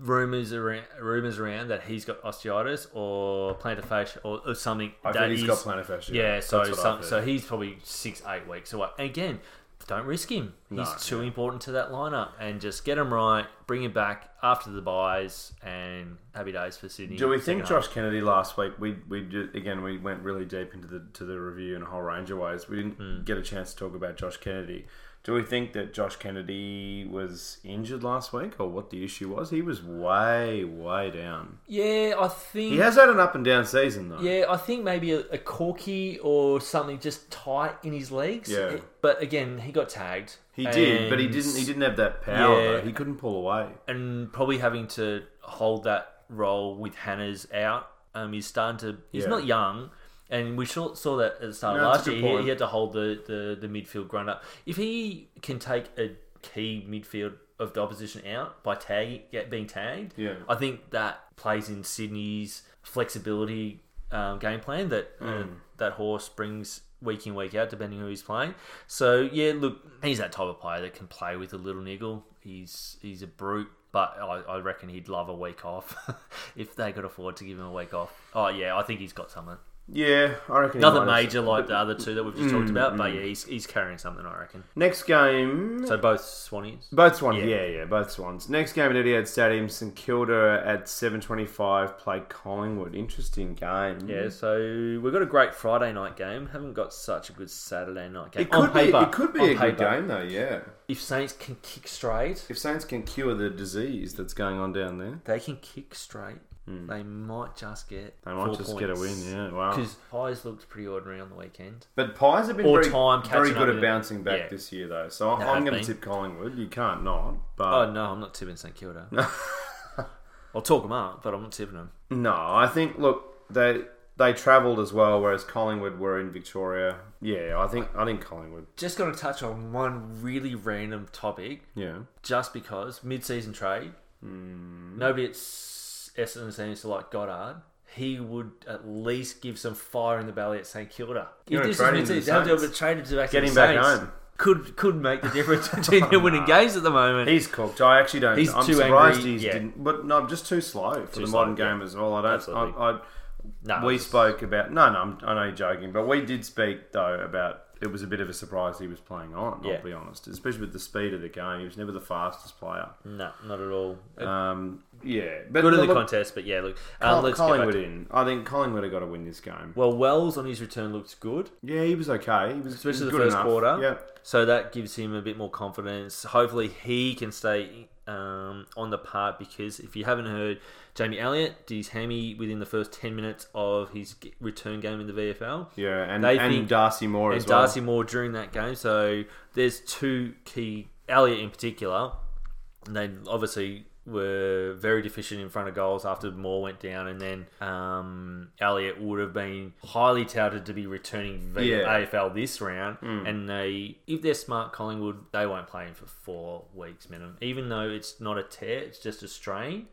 S2: rumors around rumors around that he's got osteitis or plantar fascia or, or something.
S1: I
S2: that
S1: think he's
S2: is-
S1: got plantar fascia.
S2: Yeah, so
S1: That's what I've
S2: some,
S1: heard.
S2: so he's probably six eight weeks away. Again, don't risk him. He's
S1: No,
S2: too important to that lineup, and just get him right, bring him back after the buys, and happy days for Sydney.
S1: Do we
S2: Second
S1: think
S2: half.
S1: Josh Kennedy last week? We we ju- again we went really deep into the to the review in a whole range of ways. We didn't
S2: Hmm.
S1: get a chance to talk about Josh Kennedy. Do we think that Josh Kennedy was injured last week, or what the issue was? He was way way down.
S2: Yeah, I think.
S1: He has had an up and down season though.
S2: Yeah, I think maybe a, a corky or something just tight in his legs.
S1: Yeah.
S2: But again, he got tagged.
S1: He did, but he
S2: and-
S1: didn't. He didn't have that power.
S2: Yeah.
S1: though. He couldn't pull away.
S2: and probably having to hold that role with Hannah's out. Um, he's starting to. He's
S1: Yeah.
S2: not young, and we saw, saw that at the start of
S1: No, that's
S2: last
S1: a
S2: year.
S1: good
S2: He,
S1: point.
S2: he had to hold the, the, the midfield grunt up. If he can take a key midfield of the opposition out by tagging, get, being tagged,
S1: Yeah.
S2: I think that plays in Sydney's flexibility um, game plan that uh, that horse brings week in week out, depending who he's playing. So yeah, look, he's that type of player that can play with a little niggle. He's he's a brute, but I, I reckon he'd love a week off if they could afford to give him a week off. Oh yeah, I think he's got something.
S1: Yeah, I reckon. he
S2: Another
S1: might have-
S2: major like the other two that we've just talked
S1: Mm,
S2: about, but yeah, he's, he's carrying something, I reckon.
S1: Next game,
S2: So both Swannies.
S1: Both Swans,
S2: Yeah.
S1: yeah. yeah, both Swans. Next game at Etihad Stadium, St Kilda at seven twenty-five play Collingwood. Interesting game.
S2: Yeah, so we've got a great Friday night game. Haven't got such a good Saturday night game.
S1: it could
S2: on paper,
S1: be. It could be
S2: on
S1: a good
S2: paper.
S1: game though. Yeah,
S2: If Saints can kick straight,
S1: if Saints can cure the disease that's going on down there,
S2: they can kick straight. They might just get.
S1: Mm. they might
S2: four
S1: just
S2: points.
S1: get a win. Yeah, wow.
S2: Because Pies looked pretty ordinary on the weekend.
S1: But Pies have been
S2: All
S1: very,
S2: time
S1: very
S2: catching
S1: good
S2: up
S1: at
S2: with-
S1: bouncing back
S2: yeah.
S1: this year though. So
S2: They
S1: I'm going
S2: have
S1: to
S2: been.
S1: tip Collingwood. You can't not. But
S2: Oh no, I'm not tipping St Kilda. I'll talk them up, but I'm not tipping them.
S1: No, I think look they they travelled as well, whereas Collingwood were in Victoria. Yeah, I think I think Collingwood.
S2: Just going to touch on one really random topic,
S1: Yeah,
S2: just because mid-season trade.
S1: Hmm.
S2: Nobody at S- Essendon seems to like Goddard. He would at least give some fire in the belly at St Kilda.
S1: You're
S2: if
S1: gonna
S2: this
S1: trade him
S2: is
S1: to the
S2: mid-season, they'll do a
S1: Saints.
S2: trade him to back to
S1: Get
S2: the
S1: him back
S2: Saints.
S1: home.
S2: Could could make the difference between you winning games at the moment.
S1: he's cooked. I actually don't.
S2: He's
S1: I'm
S2: too
S1: surprised
S2: angry,
S1: he's
S2: yeah.
S1: didn't. But no, I'm just too slow for
S2: Too
S1: the
S2: slow,
S1: modern game as well. I don't.
S2: Absolutely.
S1: I, I,
S2: No,
S1: we
S2: it's-
S1: spoke about no, no. I'm, I know you're joking, but we did speak though about it was a bit of a surprise he was playing on.
S2: Yeah.
S1: I'll be honest, especially with the speed of the game. He was never the fastest player.
S2: No, not at all.
S1: Um, yeah, but
S2: Mm. Good in the
S1: look,
S2: contest, but yeah, look.
S1: Col-
S2: Um, let's get back
S1: Collingwood
S2: to-
S1: in. I think Collingwood have got to win this game.
S2: Well, Wells on his return looked good,
S1: Yeah, he was okay. He was he was
S2: especially the
S1: good
S2: first
S1: enough.
S2: quarter.
S1: Yeah.
S2: So that gives him a bit more confidence. Hopefully, he can stay um, on the part because if you haven't heard, Jamie Elliott did his hammy within the first 10 minutes of his g- return game in the VFL.
S1: Yeah, and,
S2: They
S1: and
S2: think-
S1: Darcy Moore
S2: and
S1: as well.
S2: Darcy Moore during that game. So there's two key Elliot in particular. And they obviously were very deficient in front of goals after Moore went down, and then um, Elliot would have been highly touted to be returning v-
S1: Yeah. Mm.
S2: AFL this round. And they, if they're smart, Collingwood they won't play him for four weeks minimum, even though it's not a tear, it's just a strain.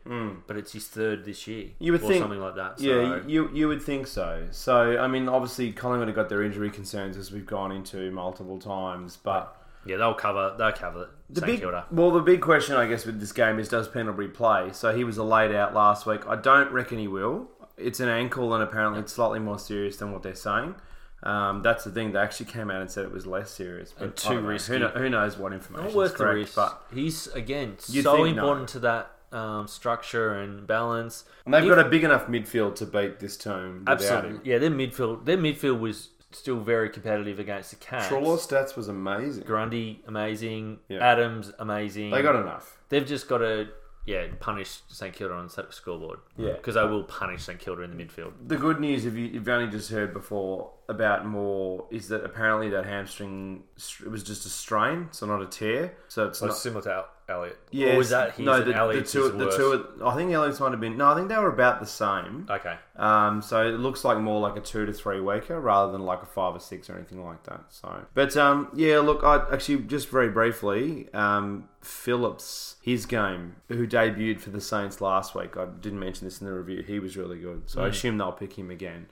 S2: But it's his third this year,
S1: Mm. You would
S2: or
S1: think-
S2: something like that. So.
S1: Yeah, you you would think so. So I mean, obviously Collingwood have got their injury concerns as we've gone into multiple times, but
S2: yeah, they'll cover, they'll cover it.
S1: the
S2: St
S1: big
S2: Kilda.
S1: well, the big question I guess with this game is does Pendlebury play? So he was a laid out last week. I don't reckon he will. It's an ankle, and apparently it's slightly more serious than what they're saying. Um, that's the thing. They actually came out and said it was less serious, but
S2: And too
S1: I don't know.
S2: risky.
S1: Who, kno- who knows what information
S2: Not worth the
S1: correct?
S2: risk.
S1: But
S2: He's again
S1: You'd
S2: so
S1: think no.
S2: important to that um, structure and balance.
S1: And they've
S2: If-
S1: got a big enough midfield to beat this team without him.
S2: absolutely. Yeah, their midfield. Their midfield was still very competitive against the Cats.
S1: Trelaw stats was amazing.
S2: Grundy, amazing.
S1: Yeah.
S2: Adams, amazing.
S1: They got enough.
S2: They've just got to yeah punish St Kilda on the scoreboard.
S1: Yeah.
S2: because they will punish St Kilda in the midfield.
S1: The good news, if you, you've only just heard before, about more is that apparently that hamstring str- it was just a strain, so not a tear. So it's
S2: Oh, So
S1: not.
S2: similar to Al- Elliot.
S1: Yes.
S2: Or was that his
S1: no,
S2: and
S1: the, the
S2: Elliot's
S1: two,
S2: is
S1: the
S2: worse?
S1: two. I think Elliot's might have been. No, I think they were about the same.
S2: Okay.
S1: Um, so it looks like more like a two to three weeker rather than like a five or six or anything like that. So, but um, yeah, look, I actually just very briefly, um, Phillips, his game, who debuted for the Saints last week. I didn't mention this in the review. He was really good, so I
S2: Mm.
S1: assume they'll pick him again.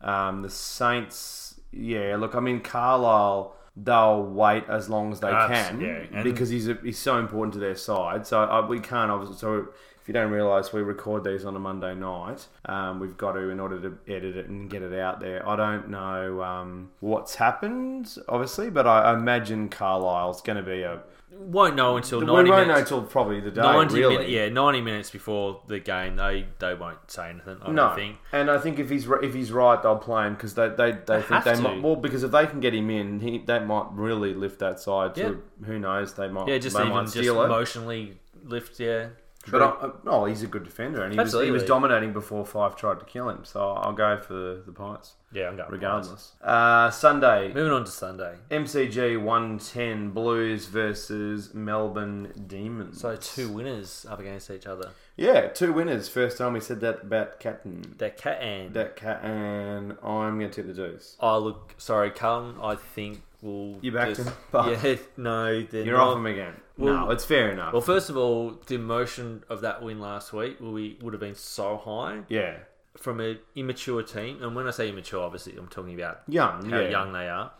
S1: Um, the Saints, yeah, look, I mean Carlisle. They'll wait as long as they
S2: Abs-
S1: can
S2: yeah, and-
S1: because he's a, he's so important to their side. So uh, we can't obviously. So if you don't realise, we record these on a Monday night. Um, we've got to in order to edit it and get it out there. I don't know um, what's happened, obviously, but I, I imagine Carlisle's going to be a.
S2: Won't know until
S1: We
S2: 90
S1: won't know
S2: minutes.
S1: till probably the day.
S2: 90
S1: really.
S2: minute- yeah, 90 minutes before the game, they, they won't say anything, I
S1: No,
S2: don't think.
S1: and I think if he's ri- if he's right, they'll play him because they they, they think
S2: have
S1: they
S2: to.
S1: might well because if they can get him in, he, that might really lift that side. To, Who knows? They might
S2: Yeah, just
S1: they
S2: even
S1: might
S2: just
S1: steal it.
S2: emotionally lift, yeah.
S1: But I, I- oh, he's a good defender, and he was, he was
S2: Absolutely.
S1: dominating before Fife tried to kill him. So I'll go for the Pies,
S2: yeah, I'm going.
S1: regardless. Uh, Sunday,
S2: Moving on to Sunday.
S1: MCG one ten Blues versus Melbourne Demons.
S2: So two winners up against each other.
S1: yeah, two winners. First time we said that about Catton.
S2: They're cat and
S1: That cat and I'm gonna tip the deuce.
S2: I look sorry, Carlton. I think will
S1: You backed
S2: just-
S1: him, but-
S2: yeah, no, they're
S1: You're
S2: not.
S1: off him again. no,
S2: Well-
S1: it's fair enough.
S2: Well, first of all, the emotion of that win last week will be, would have been so high
S1: yeah,
S2: from an immature team. And when I say immature, obviously I'm talking about
S1: young.
S2: how
S1: yeah.
S2: young they are.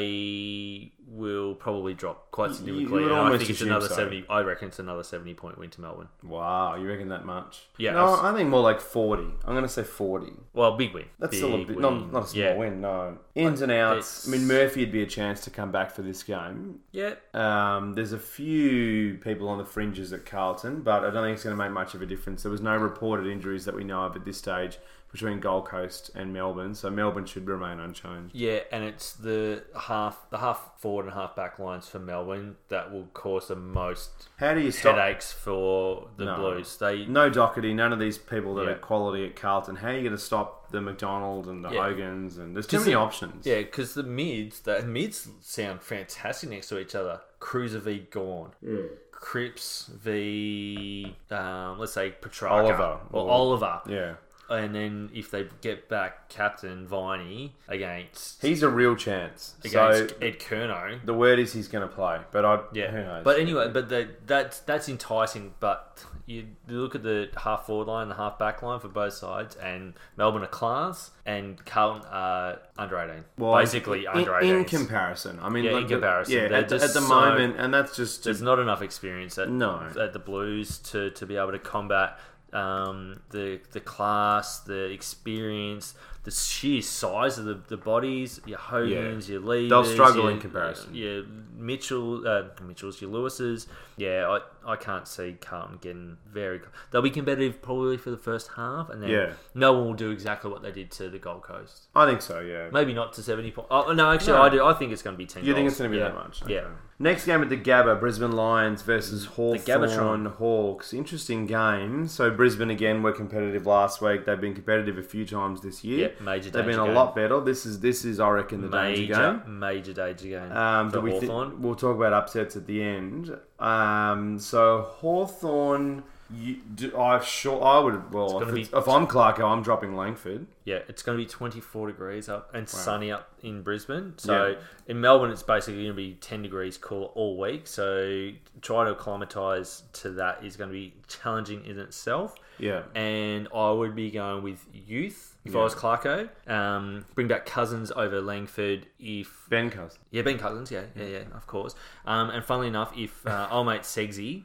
S2: They will probably drop quite
S1: you would
S2: significantly. and I
S1: almost
S2: think it's
S1: assume
S2: another
S1: so.
S2: seventy. I reckon it's another seventy point win to Melbourne.
S1: Wow, you reckon that much?
S2: Yeah,
S1: No,
S2: that's-
S1: I think more like forty. I'm gonna say forty.
S2: Well, big win.
S1: That's still a bit, not, not a small
S2: yeah.
S1: win, no. Ins and outs.
S2: it's-
S1: I mean, Murphy'd be a chance to come back for this game.
S2: Yeah,
S1: Um, there's a few people on the fringes at Carlton, but I don't think it's going to make much of a difference. There was no reported injuries that we know of at this stage between Gold Coast and Melbourne, so Melbourne should remain unchanged.
S2: Yeah, and it's the half the half forward and half back lines for Melbourne that will cause the most
S1: How do you stop?
S2: headaches for the
S1: No.
S2: Blues. They
S1: No Doherty, none of these people that
S2: Yeah.
S1: are quality at Carlton. How are you going to stop the McDonald and the
S2: Yeah.
S1: Hogans? And there's too
S2: Just
S1: many
S2: the-
S1: options.
S2: yeah, because the mids the mids sound fantastic next to each other. Cruiser v Gorn,
S1: Mm.
S2: Cripps v um, let's say Petrarca
S1: Oliver.
S2: or,
S1: Or-
S2: Oliver,
S1: yeah.
S2: and then if they get back Captain Viney against
S1: He's a real chance. So
S2: against Ed Kerno,
S1: the word is he's going to play, but I
S2: Yeah,
S1: who knows?
S2: but anyway, but the, that's that's enticing. But you look at the half forward line, and the half back line for both sides, and Melbourne are class, and Carlton are under eighteen. basically
S1: in,
S2: under
S1: in
S2: eighteen.
S1: comparison. I mean,
S2: Yeah,
S1: like
S2: in
S1: the-
S2: comparison.
S1: yeah,
S2: They're
S1: at, the- at
S2: just
S1: the
S2: so-
S1: moment, and that's just
S2: There's not enough experience at
S1: No.
S2: at the Blues to, to be able to combat um, the the class, the experience, the sheer size of the, the bodies. Your Hogans, your Leaders,
S1: They'll struggle
S2: your-
S1: in comparison.
S2: Your Mitchell, uh, Mitchells, your Lewises. Yeah, I, I can't see Carlton getting very. They'll be competitive probably for the first half, and then
S1: Yeah.
S2: no one will do exactly what they did to the Gold Coast.
S1: I think so. Yeah,
S2: Maybe not to seventy points. Oh no, actually,
S1: No.
S2: I do. I think it's going to be ten.
S1: you think
S2: goals.
S1: it's going to be
S2: Yeah.
S1: that much?
S2: Yeah.
S1: Okay. Next game at the Gabba, Brisbane Lions versus Hawthorn
S2: Gabatron.
S1: Hawks. Interesting game. So Brisbane again were competitive last week. They've been competitive a few times this year.
S2: Yeah, major
S1: They've been
S2: danger
S1: a
S2: game.
S1: lot better. This is this is I reckon the danger game.
S2: major, major danger game
S1: Um,
S2: for
S1: do we thi-
S2: Hawthorn.
S1: we'll talk about upsets at the end. Um, so Hawthorn, you, do, I sure I would. Well, if,
S2: gonna
S1: it's-
S2: be-
S1: if I'm Clarko, I'm dropping Langford.
S2: yeah, it's going to be 24 degrees up and sunny up in Brisbane. So in Melbourne, it's basically going to be 10 degrees cooler all week. So trying to acclimatise to that is going to be challenging in itself.
S1: Yeah,
S2: And I would be going with youth if I was Clarko. Um, bring back Cousins over Langford if
S1: Ben Cousins.
S2: Yeah, Ben Cousins. Yeah, yeah, yeah. Of course. Um, and funnily enough, if uh, old mate Segsy,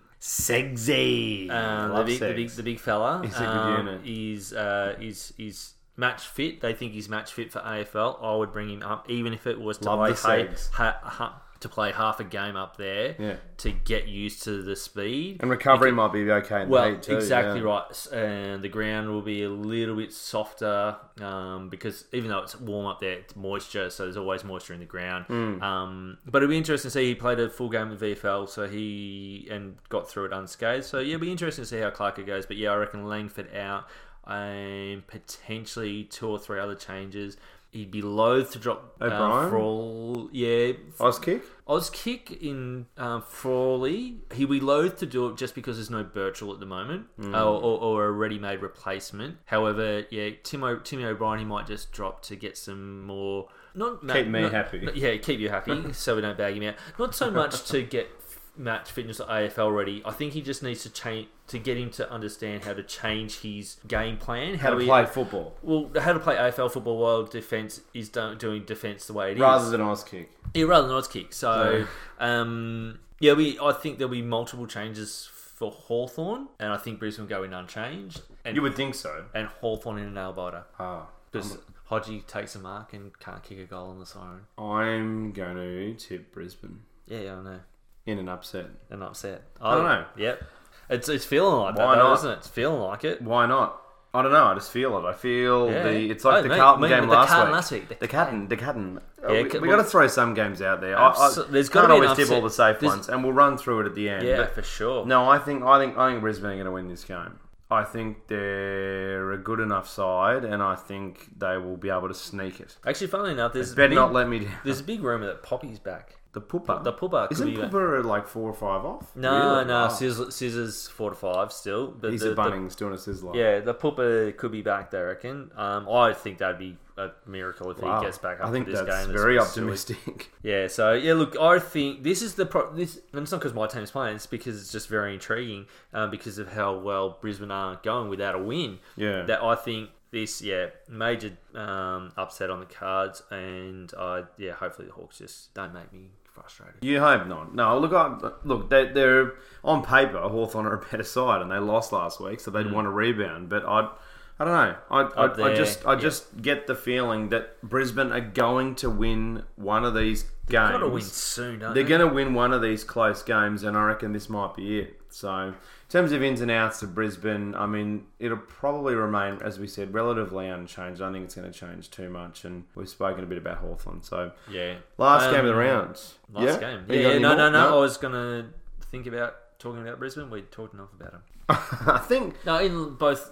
S2: Segsy, um, the
S1: Love
S2: big, the
S1: Segs.
S2: big, the big fella,
S1: He's a good
S2: um,
S1: unit.
S2: is uh, is is match fit. They think he's match fit for AFL. I would bring him up, even if it was to
S1: Love the
S2: play ha-
S1: Segs.
S2: ha- ha- to play half a game up there
S1: Yeah.
S2: to get used to the speed
S1: And recovery might be okay. In the
S2: well,
S1: heat too,
S2: exactly
S1: yeah.
S2: right. S- And the ground will be a little bit softer um, because even though it's warm up there, it's moisture, so there's always moisture in the ground.
S1: Mm.
S2: Um, but it'll be interesting to see. He played a full game of VFL, so he and got through it unscathed. So yeah, it'll be interesting to see how Clarker goes. But yeah, I reckon Langford out and potentially two or three other changes. he'd be loath to drop uh,
S1: O'Brien?
S2: Frawley. Yeah,
S1: Oz kick?
S2: Ozkick in um, Frawley, he we loath to do it just because there's no Birchall at the moment,
S1: Mm.
S2: uh, or, or a ready-made replacement. However, yeah, Tim o, Timmy O'Brien he might just drop to get some more. Not ma-
S1: Keep me
S2: not-
S1: happy.
S2: not- yeah, keep you happy, so we don't bag him out. Not so much to get f- match fitness or AFL ready. I think he just needs to change to get him to understand how to change his game plan,
S1: How to
S2: he-
S1: play football
S2: Well, how to play AFL football while defense is do- doing defense the way it is.
S1: rather than Oz kick.
S2: Yeah, rather than odds kick. So, um, yeah, we I think there'll be multiple changes for Hawthorn, and I think Brisbane will go in unchanged, and
S1: You would think so.
S2: and Hawthorn in a nail biter
S1: Ah.
S2: because Hodgie takes a mark and can't kick a goal on the siren.
S1: I'm going to tip Brisbane
S2: Yeah, yeah, I know.
S1: in an upset.
S2: And upset.
S1: don't know.
S2: Yep. It's, it's feeling like
S1: Why
S2: that, though,
S1: not?
S2: isn't it? It's feeling like it.
S1: Why not? I don't know. I just feel it. I feel
S2: Yeah.
S1: the. It's like
S2: Oh,
S1: the
S2: mate,
S1: Carlton
S2: mate,
S1: game
S2: the
S1: last,
S2: Carlton
S1: week.
S2: last week. The-
S1: The Carlton. The Carlton. Uh,
S2: Yeah,
S1: we
S2: c-
S1: we
S2: well-
S1: got to throw some games out there. I, I,
S2: Abso- there's
S1: can't
S2: gotta be an
S1: always tip
S2: upset.
S1: all the safe
S2: There's-
S1: ones, and we'll run through it at the end.
S2: Yeah,
S1: but-
S2: for sure.
S1: no, I think I think I think Brisbane are going to win this game. I think they're a good enough side, and I think they will be able to sneak it.
S2: Actually, funnily enough, there's a
S1: Better
S2: big,
S1: not let me down.
S2: there's a big rumor that Poppy's back.
S1: The Pooper.
S2: The Pooper could
S1: Isn't
S2: be back.
S1: Pooper like four or five off?
S2: No,
S1: Really?
S2: no,
S1: Oh.
S2: scissors, scissors four to five still. But
S1: He's
S2: the,
S1: at
S2: the
S1: Bunnings doing a sizzler.
S2: Yeah, the Pooper could be back. They reckon. Um, I think that'd be a miracle if
S1: Wow.
S2: he gets back. After
S1: Oh. I think
S2: this
S1: that's
S2: game.
S1: very
S2: That's silly.
S1: optimistic.
S2: Yeah. So yeah, look, I think this is the pro- this, and it's not because my team's playing. It's because it's just very intriguing uh, because of how well Brisbane are going without a win.
S1: Yeah.
S2: That I think this yeah major um, upset on the cards, and I yeah hopefully the Hawks just don't make me frustrated.
S1: You hope not. No, look, I, look, they, they're on paper Hawthorn are a better side, and they lost last week, so they'd want a rebound. But I, I don't know. I, I, I
S2: Mm. there,
S1: just, I
S2: yeah.
S1: just get the feeling that Brisbane are going to win one of these games.
S2: Got to win eh? soon, don't
S1: They're
S2: they?
S1: going to win one of these close games, and I reckon this might be it. So, in terms of ins and outs of Brisbane, I mean, it'll probably remain, as we said, relatively unchanged. I don't think it's going to change too much, and we've spoken a bit about Hawthorn. So,
S2: yeah.
S1: last game of the
S2: Um,
S1: round.
S2: Last game.
S1: You
S2: Yeah,
S1: got
S2: yeah
S1: any
S2: no,
S1: more?
S2: no, no, I was gonna think about talking about Brisbane. We talked enough about them.
S1: I think
S2: No, in both,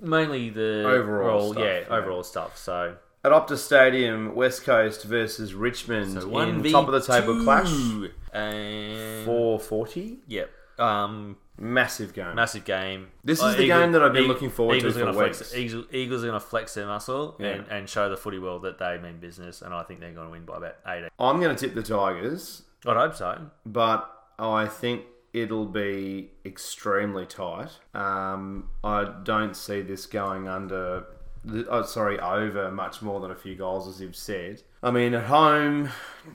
S2: mainly the
S1: Overall
S2: role-
S1: stuff,
S2: yeah,
S1: yeah.
S2: overall stuff. So
S1: at Optus Stadium, West Coast versus Richmond in top of the table clash.
S2: and
S1: Four forty,
S2: Yep. Um,
S1: massive game.
S2: massive game. Uh,
S1: This is the game that I've been looking forward to
S2: Eagles are
S1: for
S2: gonna flex-
S1: weeks.
S2: Eagles, Eagles are going to flex their muscle
S1: Yeah.
S2: and, and show the footy world that they mean business, and I think they're going to win by about 18.
S1: I'm going to tip the Tigers,
S2: I'd hope so.
S1: but I think it'll be extremely tight. Um, I don't see this going under. the- Oh, sorry, over much more than a few goals, as you've said. I mean, at home,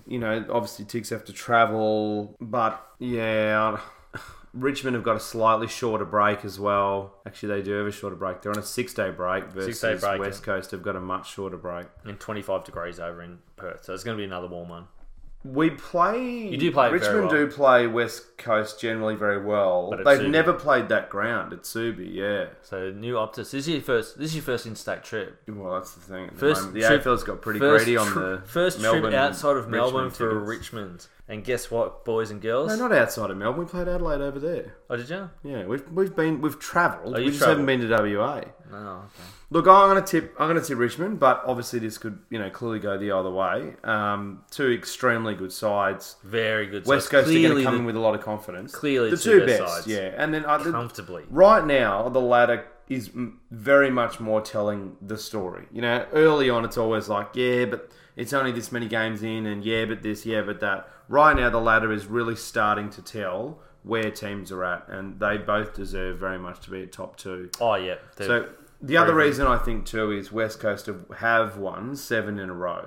S1: you know, obviously Tigs have to travel, but yeah, I- Richmond have got a slightly shorter break as well. Actually, they do have a shorter break. They're on a six-day break versus
S2: Six-day break,
S1: West Coast have got a much shorter break.
S2: And 25 degrees over in Perth, so it's going to be another warm one.
S1: We play. You
S2: do play it very
S1: Richmond do
S2: well.
S1: play West Coast generally very well.
S2: at
S1: They've
S2: Subi.
S1: never played that ground at Subi. Yeah.
S2: So new Optus. This is your first. This is your first in-state trip.
S1: Well, that's the thing. At the,
S2: First
S1: moment. the
S2: trip-
S1: AFL's got pretty
S2: first
S1: greedy on
S2: tri-
S1: the
S2: first
S1: Melbourne
S2: trip outside of
S1: Richmond
S2: Melbourne for
S1: tickets.
S2: Richmond. And guess what, boys and girls?
S1: No, not outside of Melbourne. We played Adelaide over there.
S2: Oh, did you?
S1: Yeah, we've we've been we've travelled. We
S2: Oh, you
S1: just haven't been to WA.
S2: No. Okay.
S1: Look, I'm gonna tip. I'm gonna tip Richmond, but obviously this could you know clearly go the other way. Um, two extremely good sides.
S2: Very good.
S1: West
S2: So
S1: Coast are going
S2: clearly
S1: to come
S2: the-
S1: in with a lot of confidence.
S2: clearly
S1: the
S2: to
S1: two
S2: their
S1: best,
S2: sides.
S1: yeah. And then I, the,
S2: comfortably.
S1: right now the ladder is m- very much more telling the story. You know, early on it's always like, yeah, but it's only this many games in, and yeah, but this, yeah, but that. Right now the ladder is really starting to tell where teams are at, and they both deserve very much to be at top two.
S2: Oh yeah. They're-
S1: So the other reason I think too is West Coast have, have won seven in a row,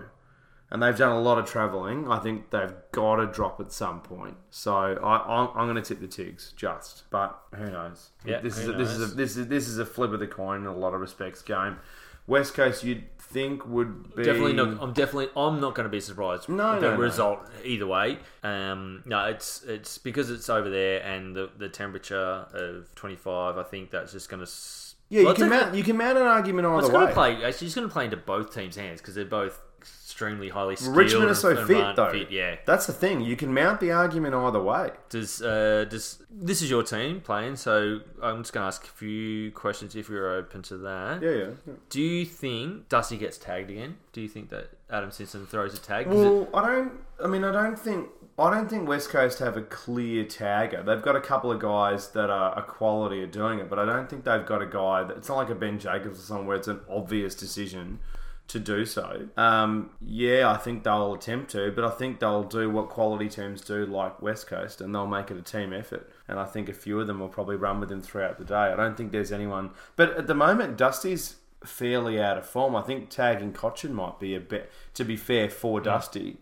S1: and they've done a lot of travelling. I think they've got to drop at some point. So I, I'm, I'm going to tip the Tigs just, but who knows?
S2: Yeah,
S1: this is
S2: who
S1: a, this is
S2: knows?
S1: a, this is this is a flip of the coin in a lot of respects. Game West Coast, you'd think would be
S2: definitely not. I'm definitely. I'm not going to be surprised.
S1: No,
S2: with
S1: no,
S2: the
S1: no.
S2: result either way. Um, no, it's it's because it's over there and the, the temperature of 25. I think that's just going to.
S1: Yeah, you
S2: well, it's
S1: can
S2: actually-
S1: mount, you can mount an argument
S2: It's
S1: either
S2: going to
S1: way.
S2: play. Actually, it's going to play into both teams' hands because they're both extremely highly skilled.
S1: Richmond are
S2: and-
S1: so
S2: and
S1: fit
S2: run
S1: though.
S2: yeah.
S1: That's the thing. You can mount the argument either way.
S2: Does uh, does this is your team playing? So I'm just gonna ask a few questions if you're open to that.
S1: Yeah, yeah. yeah.
S2: Do you think Dusty gets tagged again? Do you think that Adam Simpson throws a tag? 'Cause it-
S1: Well, I don't. I mean, I don't think. I don't think West Coast have a clear tagger. They've got a couple of guys that are a quality at doing it, but I don't think they've got a guy that. It's not like a Ben Jacobs or someone where it's an obvious decision to do so. Um, yeah, I think they'll attempt to, but I think they'll do what quality teams do, like West Coast, and they'll make it a team effort. And I think a few of them will probably run with him throughout the day. I don't think there's anyone. But at the moment, Dusty's fairly out of form. I think tagging Cochin might be a bit. To be fair, for Dusty,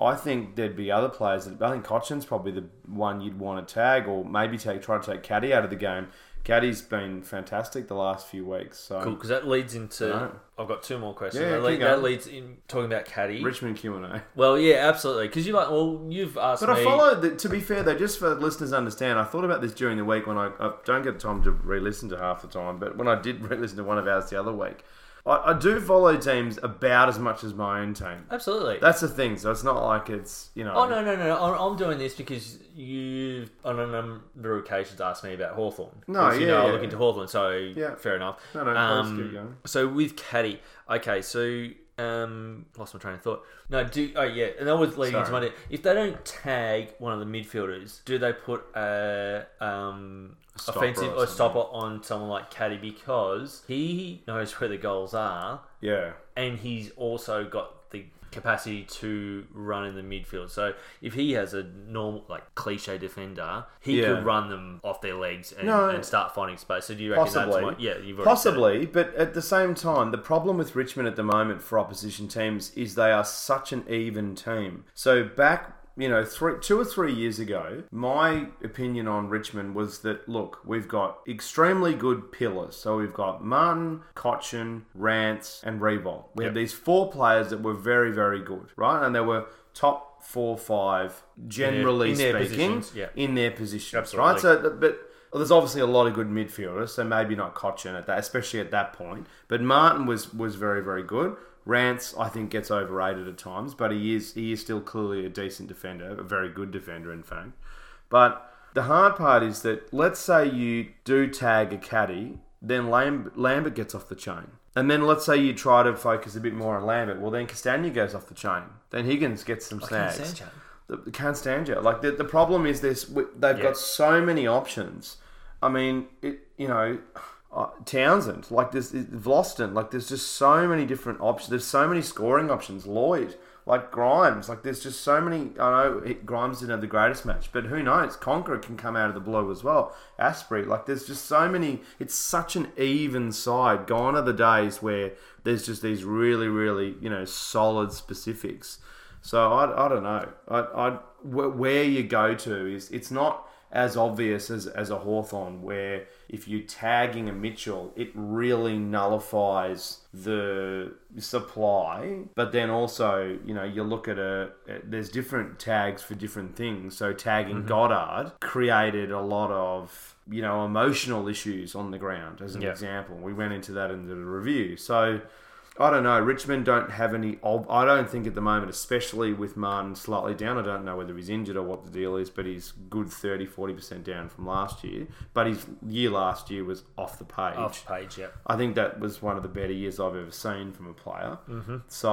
S1: I think there'd be other players. That, I think Cochin's probably the one you'd want to tag, or maybe take try to take Caddy out of the game. Caddy's been fantastic the last few weeks. So
S2: Cool, because that leads into.
S1: No.
S2: I've got two more questions.
S1: Yeah,
S2: that,
S1: keep
S2: lead- that
S1: going.
S2: leads in talking about Caddy.
S1: Richmond Q and A.
S2: Well, yeah, absolutely. Because you like, well, you've asked
S1: But
S2: me.
S1: I followed. The, to be fair, though, just for listeners to understand, I thought about this during the week when I, I don't get time to re-listen to half the time. But when I did re-listen to one of ours the other week, I, I do follow teams about as much as my own team.
S2: absolutely.
S1: That's the thing. So it's not like it's you know.
S2: Oh no no no! no. I'm, I'm doing this because you've on a number of occasions asked me about Hawthorn.
S1: No,
S2: you
S1: yeah,
S2: know, I
S1: yeah.
S2: look into Hawthorn, so
S1: Yeah.
S2: fair enough. Um,
S1: No, no, please keep going.
S2: so with Caddy, okay, so um, lost my train of thought. No, do oh yeah, and that was leading into
S1: Sorry.
S2: my. If they don't tag one of the midfielders, do they put a um
S1: Stopper
S2: offensive
S1: or
S2: or stopper on someone like Caddy because he knows where the goals are
S1: Yeah.
S2: and he's also got the capacity to run in the midfield. So if he has a normal, like cliche defender, he
S1: Yeah.
S2: could run them off their legs and,
S1: No.
S2: and start finding space. So do you reckon
S1: Possibly.
S2: that's what? Yeah, you've already Said
S1: Possibly, but at the same time, the problem with Richmond at the moment for opposition teams is they are such an even team. So back, you know, three, two or three years ago, my opinion on Richmond was that look, we've got extremely good pillars. So we've got Martin, Cochin, Rance, and Rebolt. We had these four players that were very, very good, right? And they were top four, five, generally
S2: in their
S1: speaking,
S2: positions, yeah.
S1: in their positions,
S2: Absolutely.
S1: right? So so, th- but well, there's obviously a lot of good midfielders, so maybe not Cochin at that, especially at that point. But Martin was was very very good. Rance, I think, gets overrated at times, but he is he is still clearly a decent defender, a very good defender, in fact. But the hard part is that let's say you do tag a caddy, then Lamb- Lambert gets off the chain. And then let's say you try to focus a bit more on Lambert. Well, then Castagna goes off the chain. Then Higgins gets some
S2: can't
S1: snags.
S2: stand you.
S1: They can't stand you. Like the, the problem is this: w- they've
S2: Yeah.
S1: got so many options. I mean, it you know, uh, Townsend, like this, Vlosten, like there's just so many different options. There's so many scoring options. Lloyd, like Grimes, like there's just so many. I know it, Grimes didn't have the greatest match, but who knows? Conqueror can come out of the blue as well. Asprey, like there's just so many. It's such an even side. Gone are the days where there's just these really, really you know solid specifics. So I, I don't know. I, I wh- where you go to is it's not as obvious as as a Hawthorn where if you're tagging a Mitchell, it really nullifies the supply. But then also, you know, you look at a there's different tags for different things. So tagging Goddard created a lot of you know emotional issues on the ground. As an
S2: Yeah.
S1: example, we went into that in the review. So. I don't know. Richmond don't have any. ob- I don't think at the moment, especially with Martin slightly down. I don't know whether he's injured or what the deal is, but he's good 30, 40% down from last year. But his year last year was off the page.
S2: Off page, yeah.
S1: I think that was one of the better years I've ever seen from a player. Mm-hmm. So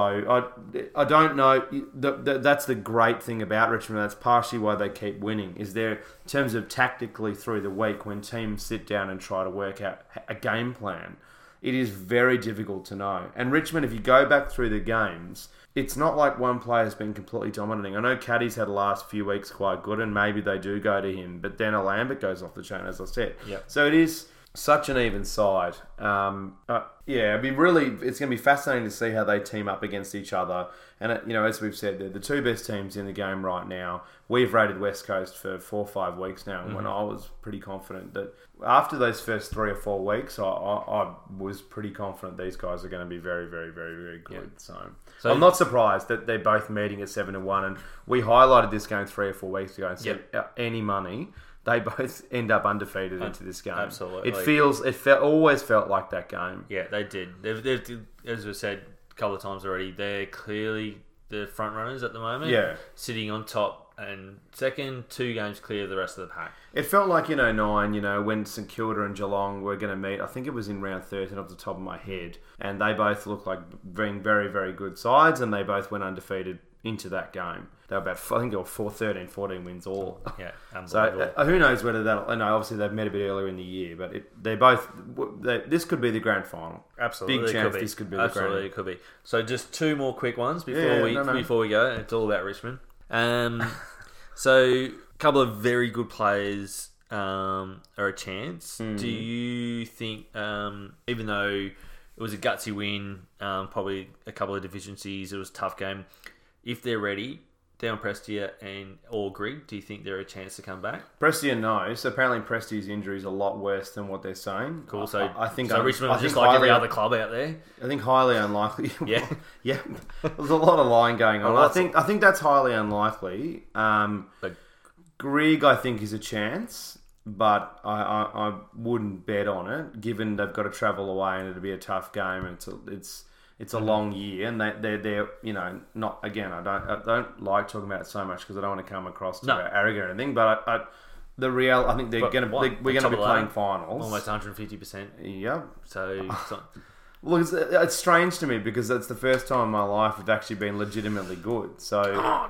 S1: I, I don't know. th th that's the great thing about Richmond. That's partially why they keep winning. Is there in terms of tactically through the week when teams sit down and try to work out a game plan, it is very difficult to know. And Richmond, if you go back through the games, it's not like one player's been completely dominating. I know Caddy's had the last few weeks quite good, and maybe they do go to him. But then a Lambert goes off the chain, as I said.
S2: Yep.
S1: So it is such an even side. Um, uh, yeah, it'd be really. It's going to be fascinating to see how they team up against each other. And uh, you know, as we've said, they're the two best teams in the game right now. We've rated West Coast for four or five weeks now, and when
S2: Mm-hmm.
S1: I was pretty confident that after those first three or four weeks, I, I, I was pretty confident these guys are going to be very, very, very, very good. So,
S2: So-
S1: I'm not surprised that they're both meeting at seven to one. And we highlighted this game three or four weeks ago and said uh any money. They both end up undefeated into this game.
S2: Uh, Absolutely.
S1: It feels it felt always felt like that game.
S2: Yeah, they did. They've, they've, as I said, couple of times already. They're clearly the front runners at the moment.
S1: Yeah.
S2: Sitting on top and second, two games clear of the rest of the pack.
S1: It felt like in 09, you know, when St Kilda and Geelong were going to meet. I think it was in round 13 off the top of my head. And they both looked like being very, very good sides, and they both went undefeated into that game. They were about, I think it was 4, 13, 14 wins all.
S2: Yeah,
S1: So
S2: unbelievable.
S1: uh, who knows whether that'll. No, obviously they've met a bit earlier in the year, but it, they both. w- They, this could be the grand final.
S2: Absolutely,
S1: Big
S2: it
S1: chance
S2: could be.
S1: this could be the
S2: Absolutely,
S1: grand.
S2: it could be. So just two more quick ones before
S1: Yeah,
S2: we
S1: no, no.
S2: before we go. It's all about Richmond. Um, so a couple of very good players um, are a chance.
S1: Hmm.
S2: Do you think, um, even though it was a gutsy win, um, probably a couple of deficiencies, it was a tough game. If they're ready, down Prestia and or Grigg, do you think they're a chance to come back?
S1: Prestia knows. So apparently Prestia's injury is a lot worse than what they're saying.
S2: Cool. So
S1: I, I think
S2: so
S1: I'm-
S2: Richmond,
S1: I
S2: just
S1: think
S2: like every
S1: highly-
S2: other club out there.
S1: I think highly unlikely.
S2: Yeah.
S1: yeah. There's a lot of lying going on.
S2: lot
S1: I
S2: of-
S1: think I think that's highly unlikely. Um,
S2: But
S1: Grig, I think, is a chance, but I, I, I wouldn't bet on it. Given they've got to travel away and it'll be a tough game, and it's a, it's it's
S2: Mm-hmm.
S1: a long year, and they they they're you know not again. I don't I don't like talking about it so much because I don't want to come across too
S2: No.
S1: arrogant or anything, but I. I the real, I think they're
S2: But
S1: going to.
S2: what?
S1: We're going to
S2: Top
S1: be
S2: of the ladder?
S1: playing finals.
S2: almost 150 percent.
S1: Yep.
S2: So it's not-
S1: Look, it's, it's strange to me because that's the first time in my life it's actually been legitimately good. So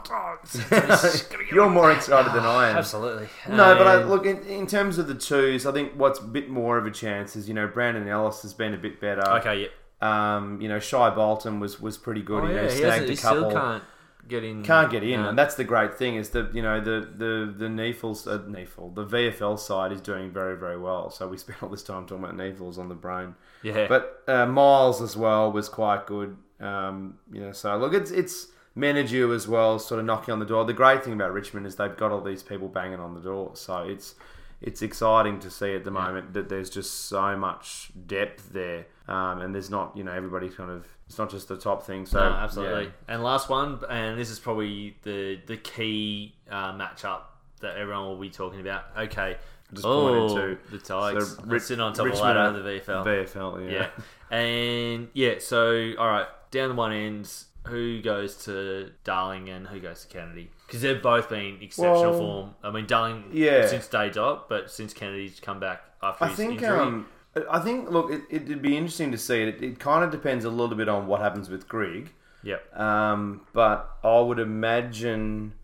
S1: you're more excited than I am.
S2: Absolutely.
S1: No, but I,
S2: And-
S1: look in, in terms of the twos, I think what's a bit more of a chance is you know Brandon Ellis has been a bit better.
S2: Okay, yeah.
S1: Um, you know Shy Bolton was was pretty good.
S2: Oh,
S1: you know,
S2: yeah, he,
S1: snagged
S2: hasn't-
S1: a
S2: he
S1: couple.
S2: still can't get in.
S1: Can't get in,
S2: No.
S1: and that's the great thing is that you know the the the Neefles, uh, Neefel, the VFL side is doing very very well. So we spent all this time talking about Neefles on the brain.
S2: Yeah.
S1: But uh, Miles as well was quite good. Um, you know, so look, it's it's Menadue as well, sort of knocking on the door. The great thing about Richmond is they've got all these people banging on the door, so it's it's exciting to see at the moment that there's just so much depth there, um, and there's not you know everybody's kind of it's not just the top thing. So
S2: No, absolutely.
S1: yeah.
S2: And last one, and this is probably the the key uh, matchup that everyone will be talking about. Okay.
S1: Just
S2: oh,
S1: pointed to-
S2: the Tigers
S1: so
S2: They're
S1: Rich-
S2: sitting on top
S1: Richmond
S2: of
S1: are-
S2: the E ladder in the VFL.
S1: VFL, yeah.
S2: yeah. And yeah, so all right, down the one end, who goes to Darling and who goes to Kennedy? Because they've both been exceptional
S1: Well,
S2: form. I mean, Darling,
S1: yeah.
S2: since day dot, but since Kennedy's come back after
S1: I
S2: his
S1: think
S2: injury,
S1: um, I think look, it, it'd be interesting to see. It, it kind of depends a little bit on what happens with Grig.
S2: yep,
S1: Um, but I would imagine.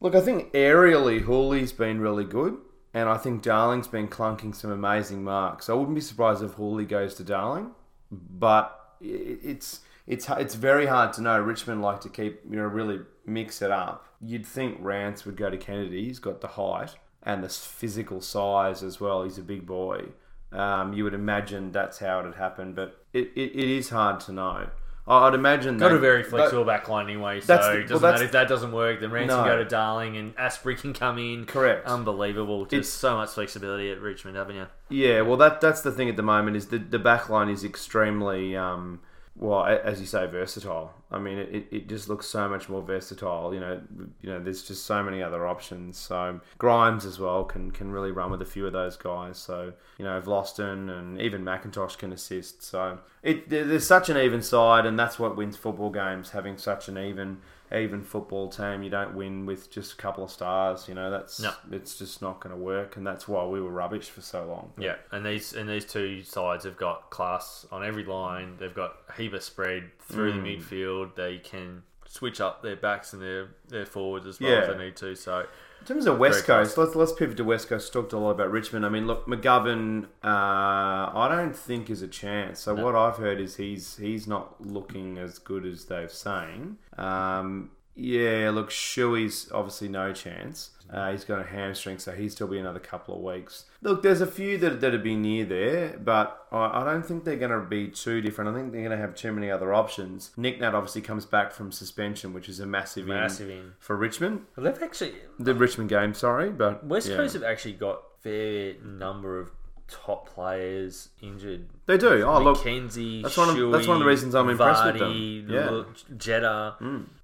S1: Look, I think aerially, Hooley's been really good, and I think Darling's been clunking some amazing marks. I wouldn't be surprised if Hooley goes to Darling, but i- it's it's it's very hard to know. Richmond like to keep you know really mix it up. You'd think Rance would go to Kennedy. He's got the height and the s- physical size as well. He's a big boy. Um, you would imagine that's how it had happened, but it, it, it is hard to know. I- I'd imagine
S2: got
S1: they-
S2: a very
S1: but-
S2: flexible back line anyway. So
S1: That's the-
S2: it
S1: well,
S2: doesn't
S1: that's-
S2: matter if that doesn't work. Then Ransom
S1: No.
S2: go to Darling and Asprey can come in.
S1: Correct.
S2: unbelievable. Just
S1: It's-
S2: so much flexibility at Richmond, haven't you?
S1: Yeah, well, that that's the thing at the moment is the the back line is extremely um, well, a- as you say, versatile. I mean, it, it- it just looks so much more versatile. You know, you know, there's just so many other options. So Grimes as well can can really run with a few of those guys. So you know, Vlosten and even McIntosh can assist. So it there- there's such an even side, and that's what wins football games. Having such an even even football team, you don't win with just a couple of stars. You know, that's
S2: No.
S1: it's just not going to work, and that's why we were rubbish for so long.
S2: Yeah, and these and these two sides have got class on every line. They've got a heap of spread through
S1: Hmm.
S2: the midfield. They can switch up their backs and their, their forwards as well if
S1: Yeah.
S2: they need to. So
S1: In terms of West
S2: Very
S1: Coast, let's let's pivot to West Coast. Talked a lot about Richmond. I mean, look, McGovern, uh, I don't think is a chance. So what I've heard is he's he's not looking as good as they've saying. Um, yeah, look, Shuey's obviously no chance. Uh, he's got a hamstring, so he's still be another couple of weeks. Look, there's a few that that'd be near there, but I, I don't think they're going to be too different. I think they're going to have too many other options. Nick Nat obviously comes back from suspension, which is a massive,
S2: Massive
S1: in
S2: in.
S1: for Richmond.
S2: they've actually
S1: The Richmond game, sorry, but
S2: West
S1: yeah.
S2: Coast have actually got fair number of top players injured.
S1: They do. Oh look,
S2: Mackenzie,
S1: that's one of-
S2: Shuey,
S1: that's one of the reasons I'm impressed with
S2: Vardy,
S1: them. Yeah. Hmm.
S2: L- Jetta.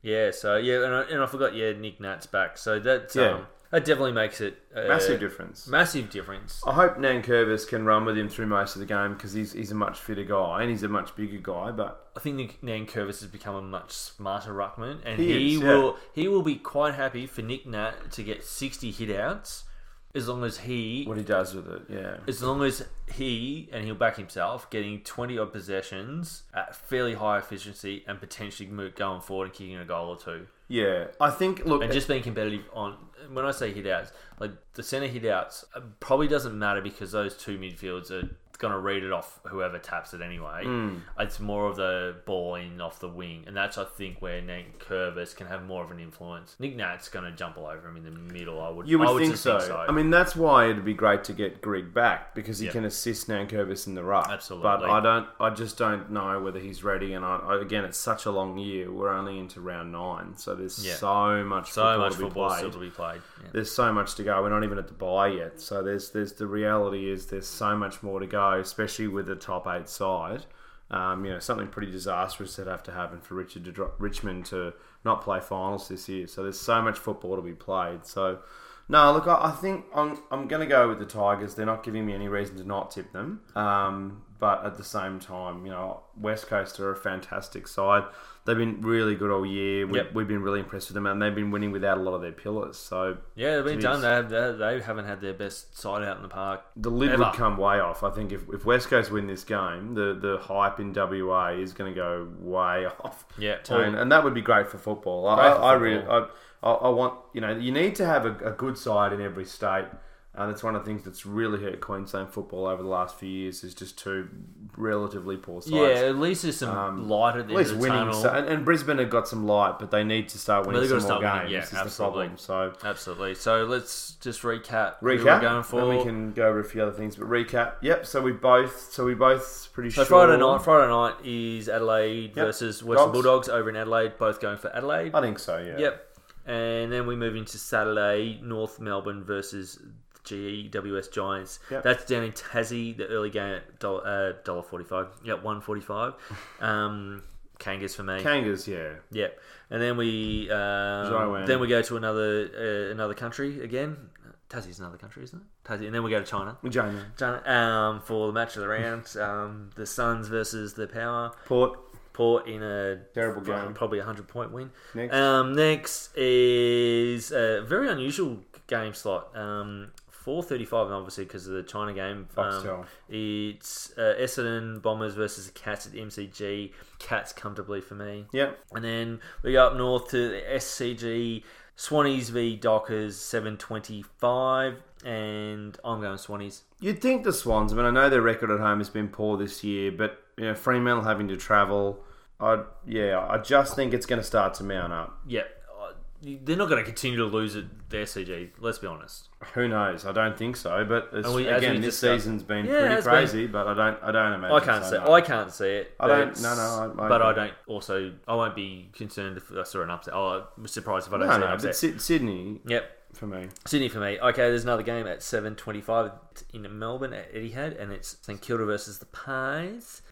S2: Yeah, so yeah, and I, and I forgot, yeah, Nick Nat's back. So that's
S1: Yeah.
S2: um, that definitely makes it a
S1: Massive difference.
S2: massive difference.
S1: I hope Nan Curvis can run with him through most of the game because he's, he's a much fitter guy and he's a much bigger guy. But
S2: I think Nick Nan Curvis has become a much smarter ruckman, and
S1: He
S2: he,
S1: is, yeah.
S2: will he will be quite happy for Nick Nat to get sixty hit outs as long as he
S1: what he does with it, yeah.
S2: as long as he and he'll back himself getting 20 odd possessions at fairly high efficiency and potentially mo- going forward and kicking a goal or two
S1: Yeah. I think, look,
S2: and just being competitive on when i say hit outs like the center hit outs uh, probably doesn't matter because those two midfields are going to read it off whoever taps it anyway
S1: Hmm.
S2: it's more of the ball in off the wing and that's i think where nate curvis can have more of an influence nick nat's going to jump all over him in the middle i would
S1: you would,
S2: I would
S1: think,
S2: just
S1: so. I mean, that's why it'd be great to get Greg back because he
S2: Yeah.
S1: can assist Nan Curvis in the ruck.
S2: Absolutely.
S1: But I don't. I just don't know whether he's ready. And I, I, again, it's such a long year. We're only into round nine, so there's
S2: Yeah.
S1: so much
S2: so
S1: football
S2: much
S1: to be
S2: football
S1: played.
S2: still to be played Yeah.
S1: there's so much to go. We're not even at the buy yet. So there's there's the reality is there's so much more to go, especially with the top eight side. Um, you know, something pretty disastrous that have to happen for Richard to drop, Richmond to not play finals this year. So there's so much football to be played. So no, look, I, I think I'm I'm going to go with the Tigers. They're not giving me any reason to not tip them. Um, but at the same time, you know, West Coast are a fantastic side. They've been really good all year. We,
S2: Yep.
S1: We've been really impressed with them, and they've been winning without a lot of their pillars. So
S2: Yeah, they've been
S1: Jeez.
S2: done. They, have, they, they haven't had their best side out in the park.
S1: the lid
S2: Ever.
S1: would come way off. I think if, if West Coast win this game, the, the hype in WA is going to go way off.
S2: Yeah,
S1: Tone.
S2: all-
S1: and that would be great for football. I,
S2: Great for
S1: I, I really, I,
S2: football.
S1: I, I want you know you need to have a, a good side in every state, and it's one of the things that's really hurt Queensland football over the last few years is just two relatively poor sides.
S2: Yeah, at least there's some light at the
S1: um, At least
S2: end of the
S1: winning,
S2: tunnel.
S1: so, and, and Brisbane have got some light, but they need to start winning
S2: they've
S1: some
S2: got
S1: more
S2: to start
S1: games.
S2: winning, yeah,
S1: this is
S2: absolutely.
S1: the problem. So
S2: Absolutely. So let's just recap. who
S1: recap.
S2: we're going for.
S1: Then we can go over a few other things, but recap. Yep. So we both. So we both pretty
S2: so
S1: sure.
S2: Friday night, Friday night is
S1: Yep.
S2: Adelaide versus Western
S1: Dogs.
S2: Bulldogs over in Adelaide. Both going for Adelaide.
S1: I think so. Yeah.
S2: Yep. And then we move into Saturday, North Melbourne versus GWS Giants.
S1: Yep.
S2: That's down in Tassie. The early game at dollar uh, forty-five. Yep, one forty-five. Um, Kangas for me.
S1: Kangas. Yeah.
S2: Yep. And then we um,
S1: Zaiwan.
S2: then we go to another uh, another country again. Tassie's another country, isn't it? Tassie. And then we go to China.
S1: Jamie.
S2: China um, for the match of the round, um, the Suns versus the Power.
S1: Port.
S2: Port in a
S1: Terrible game.
S2: probably a hundred point win.
S1: Next.
S2: um, next is a very unusual game slot. Um, Four thirty-five, and obviously because of the China game.
S1: Foxtel.
S2: Um, it's uh, Essendon Bombers versus the Cats at MCG. Cats comfortably for me.
S1: Yep.
S2: And then we go up north to the SCG Swannies v Dockers 725. And I'm going Swannies.
S1: You'd think the Swans. I mean, I know their record at home has been poor this year, but you know Fremantle having to travel. I yeah. I just think it's going to start to mount up.
S2: Yeah, uh, they're not going to continue to lose at the SCG, let's be honest.
S1: Who knows? I don't think so. But it's,
S2: And we- as
S1: again,
S2: we
S1: this
S2: discussed-
S1: season's been
S2: Yeah,
S1: pretty
S2: it's been-
S1: crazy. But I don't. I don't imagine.
S2: I can't
S1: so,
S2: say
S1: no.
S2: I can't see it.
S1: I don't-
S2: but-
S1: no, no, I- I
S2: but I
S1: don't.
S2: don't. Also, I won't be concerned if I saw an upset. Oh, I was surprised if I don't
S1: No,
S2: see an
S1: no.
S2: upset.
S1: But Syd- Sydney
S2: Yep,
S1: for me.
S2: Sydney for me. Okay, there's another game at 7:25 in Melbourne at Etihad, and it's St Kilda versus the Pies.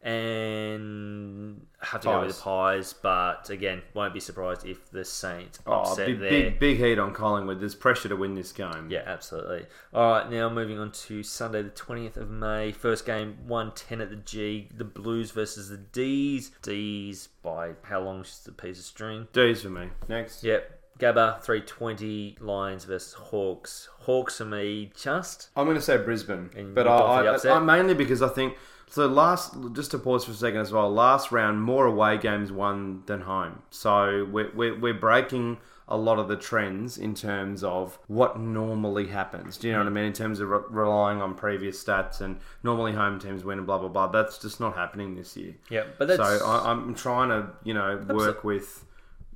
S2: And I have to go with the Pies, but again, won't be surprised if the Saints
S1: Oh,
S2: upset
S1: big,
S2: there.
S1: big big heat on Collingwood. There's pressure to win this game.
S2: Yeah, absolutely. All right, now moving on to Sunday, the 20th of May. First game, 110 at the G. The Blues versus the D's. D's by how long is the piece of string?
S1: D's for me. Next.
S2: Yep. Gabba, 320. Lions versus Hawks. Hawks for me, just
S1: I'm going to say Brisbane,
S2: And
S1: but
S2: you've
S1: I,
S2: gone for the
S1: I,
S2: upset?
S1: I mainly because I think so. Last, just to pause for a second as well. Last round, more away games won than home, so we're we're, we're breaking a lot of the trends in terms of what normally happens. Do you know what I mean? In terms of re- relying on previous stats and normally home teams win and blah blah blah. That's just not happening this year.
S2: Yep, but that's-
S1: so I, I'm trying to you know work with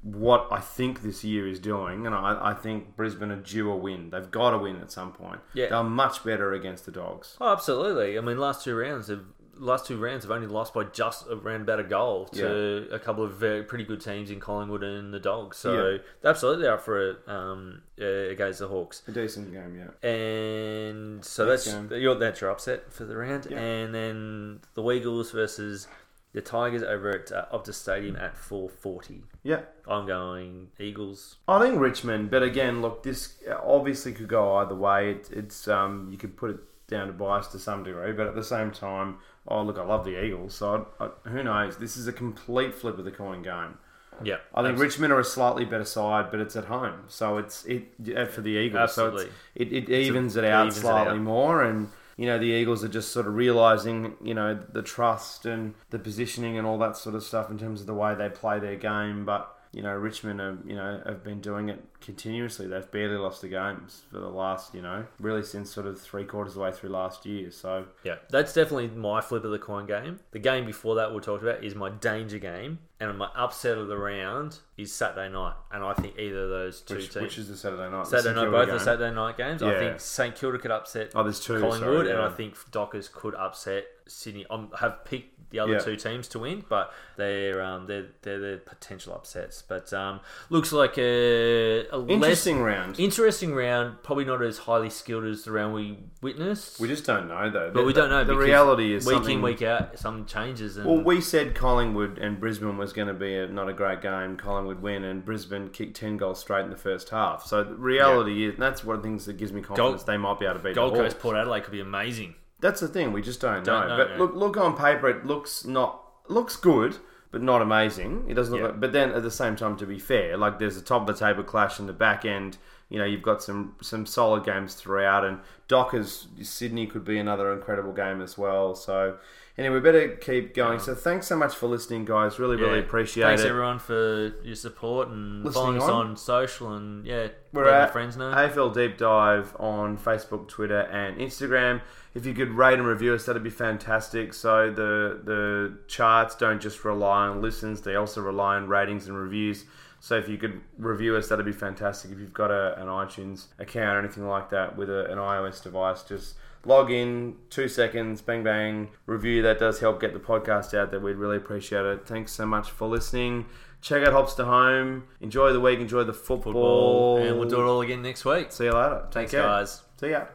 S1: what I think this year is doing, and I, I think Brisbane are due a win. They've got to win at some point.
S2: Yeah.
S1: They're much better against the Dogs.
S2: Oh, absolutely. I mean, last two rounds have last two rounds have only lost by just around about a goal to a couple of very, pretty good teams in Collingwood and the Dogs. So
S1: Yeah.
S2: they're absolutely up for it um, uh, against the Hawks.
S1: A decent game, yeah.
S2: And so
S1: Next
S2: that's
S1: game.
S2: your that's your upset for the round.
S1: Yeah.
S2: And then the Weagles versus The Tigers over at uh, Optus Stadium at 4:40.
S1: Yeah.
S2: I'm going Eagles.
S1: I think Richmond, but again, look, this obviously could go either way. It, it's um, you could put it down to bias to some degree, but at the same time, oh look, I love the Eagles. So I, I, who knows? This is a complete flip of the coin game.
S2: Yeah,
S1: I think Richmond are a slightly better side, but it's at home, so it's it yeah, for the Eagles. So
S2: Absolutely.
S1: it's, it, it
S2: a-
S1: evens it
S2: it
S1: out
S2: evens it
S1: slightly
S2: out.
S1: more, and you know the Eagles are just sort of realizing you know the trust and the positioning and all that sort of stuff in terms of the way they play their game, but. You know, Richmond have you know have been doing it continuously. They've barely lost the games for the last you know really since sort of three quarters of the way through last year. So
S2: Yeah, that's definitely my flip of the coin game. The game before that we talked about is my danger game, and my upset of the round is Saturday night. And I think either of those two
S1: which,
S2: teams,
S1: which is the Saturday night. the St
S2: Saturday night,
S1: Kilda
S2: both the
S1: game.
S2: Saturday night games. I
S1: Yeah.
S2: think St Kilda could upset
S1: Oh, there's two.
S2: Collingwood,
S1: sorry,
S2: and
S1: yeah.
S2: I think Dockers could upset Sydney. I have picked the other
S1: Yeah.
S2: two teams to win, but they're um, they're they're the potential upsets. But um, looks like a, a less
S1: interesting round.
S2: interesting round. Probably not as highly skilled as the round we witnessed.
S1: We just don't know though.
S2: but we don't know.
S1: The
S2: because
S1: reality is
S2: week
S1: something.
S2: in week out, something changes. And
S1: well, we said Collingwood and Brisbane was going to be a, not a great game. Collingwood win, and Brisbane kicked ten goals straight in the first half. So the reality is that's one of the things that gives me confidence they might be able to beat. the
S2: Gold Coast
S1: Hawks.
S2: Port Adelaide could be amazing.
S1: That's the thing. We just don't,
S2: Don't
S1: know.
S2: know,
S1: But
S2: yeah.
S1: look, look on paper, it looks not looks good, but not amazing. It doesn't look.
S2: Yeah.
S1: Like, but then at the same time, to be fair, like there's a top of the table clash in the back end. You know, you've got some some solid games throughout, and Dockers Sydney could be another incredible game as well. So. Anyway, we better keep going. So thanks so much for listening, guys. Really, really
S2: Yeah.
S1: appreciate
S2: Thanks
S1: it.
S2: everyone for your support and
S1: Listening
S2: following us
S1: on.
S2: on social and yeah,
S1: We're
S2: let your
S1: at
S2: friends know.
S1: AFL Deep Dive on Facebook, Twitter, and Instagram. If you could rate and review us, that'd be fantastic. So the the charts don't just rely on listens; they also rely on ratings and reviews. So if you could review us, that'd be fantastic. If you've got a, an iTunes account or anything like that with a, an iOS device, just log in, two seconds, bang bang, review. That does help get the podcast out there. We'd really appreciate it. Thanks so much for listening. Check out Hops to Home. Enjoy the week. Enjoy the football.
S2: and we'll do it all again next week.
S1: See you later. Take
S2: Thanks,
S1: care.
S2: guys.
S1: See ya.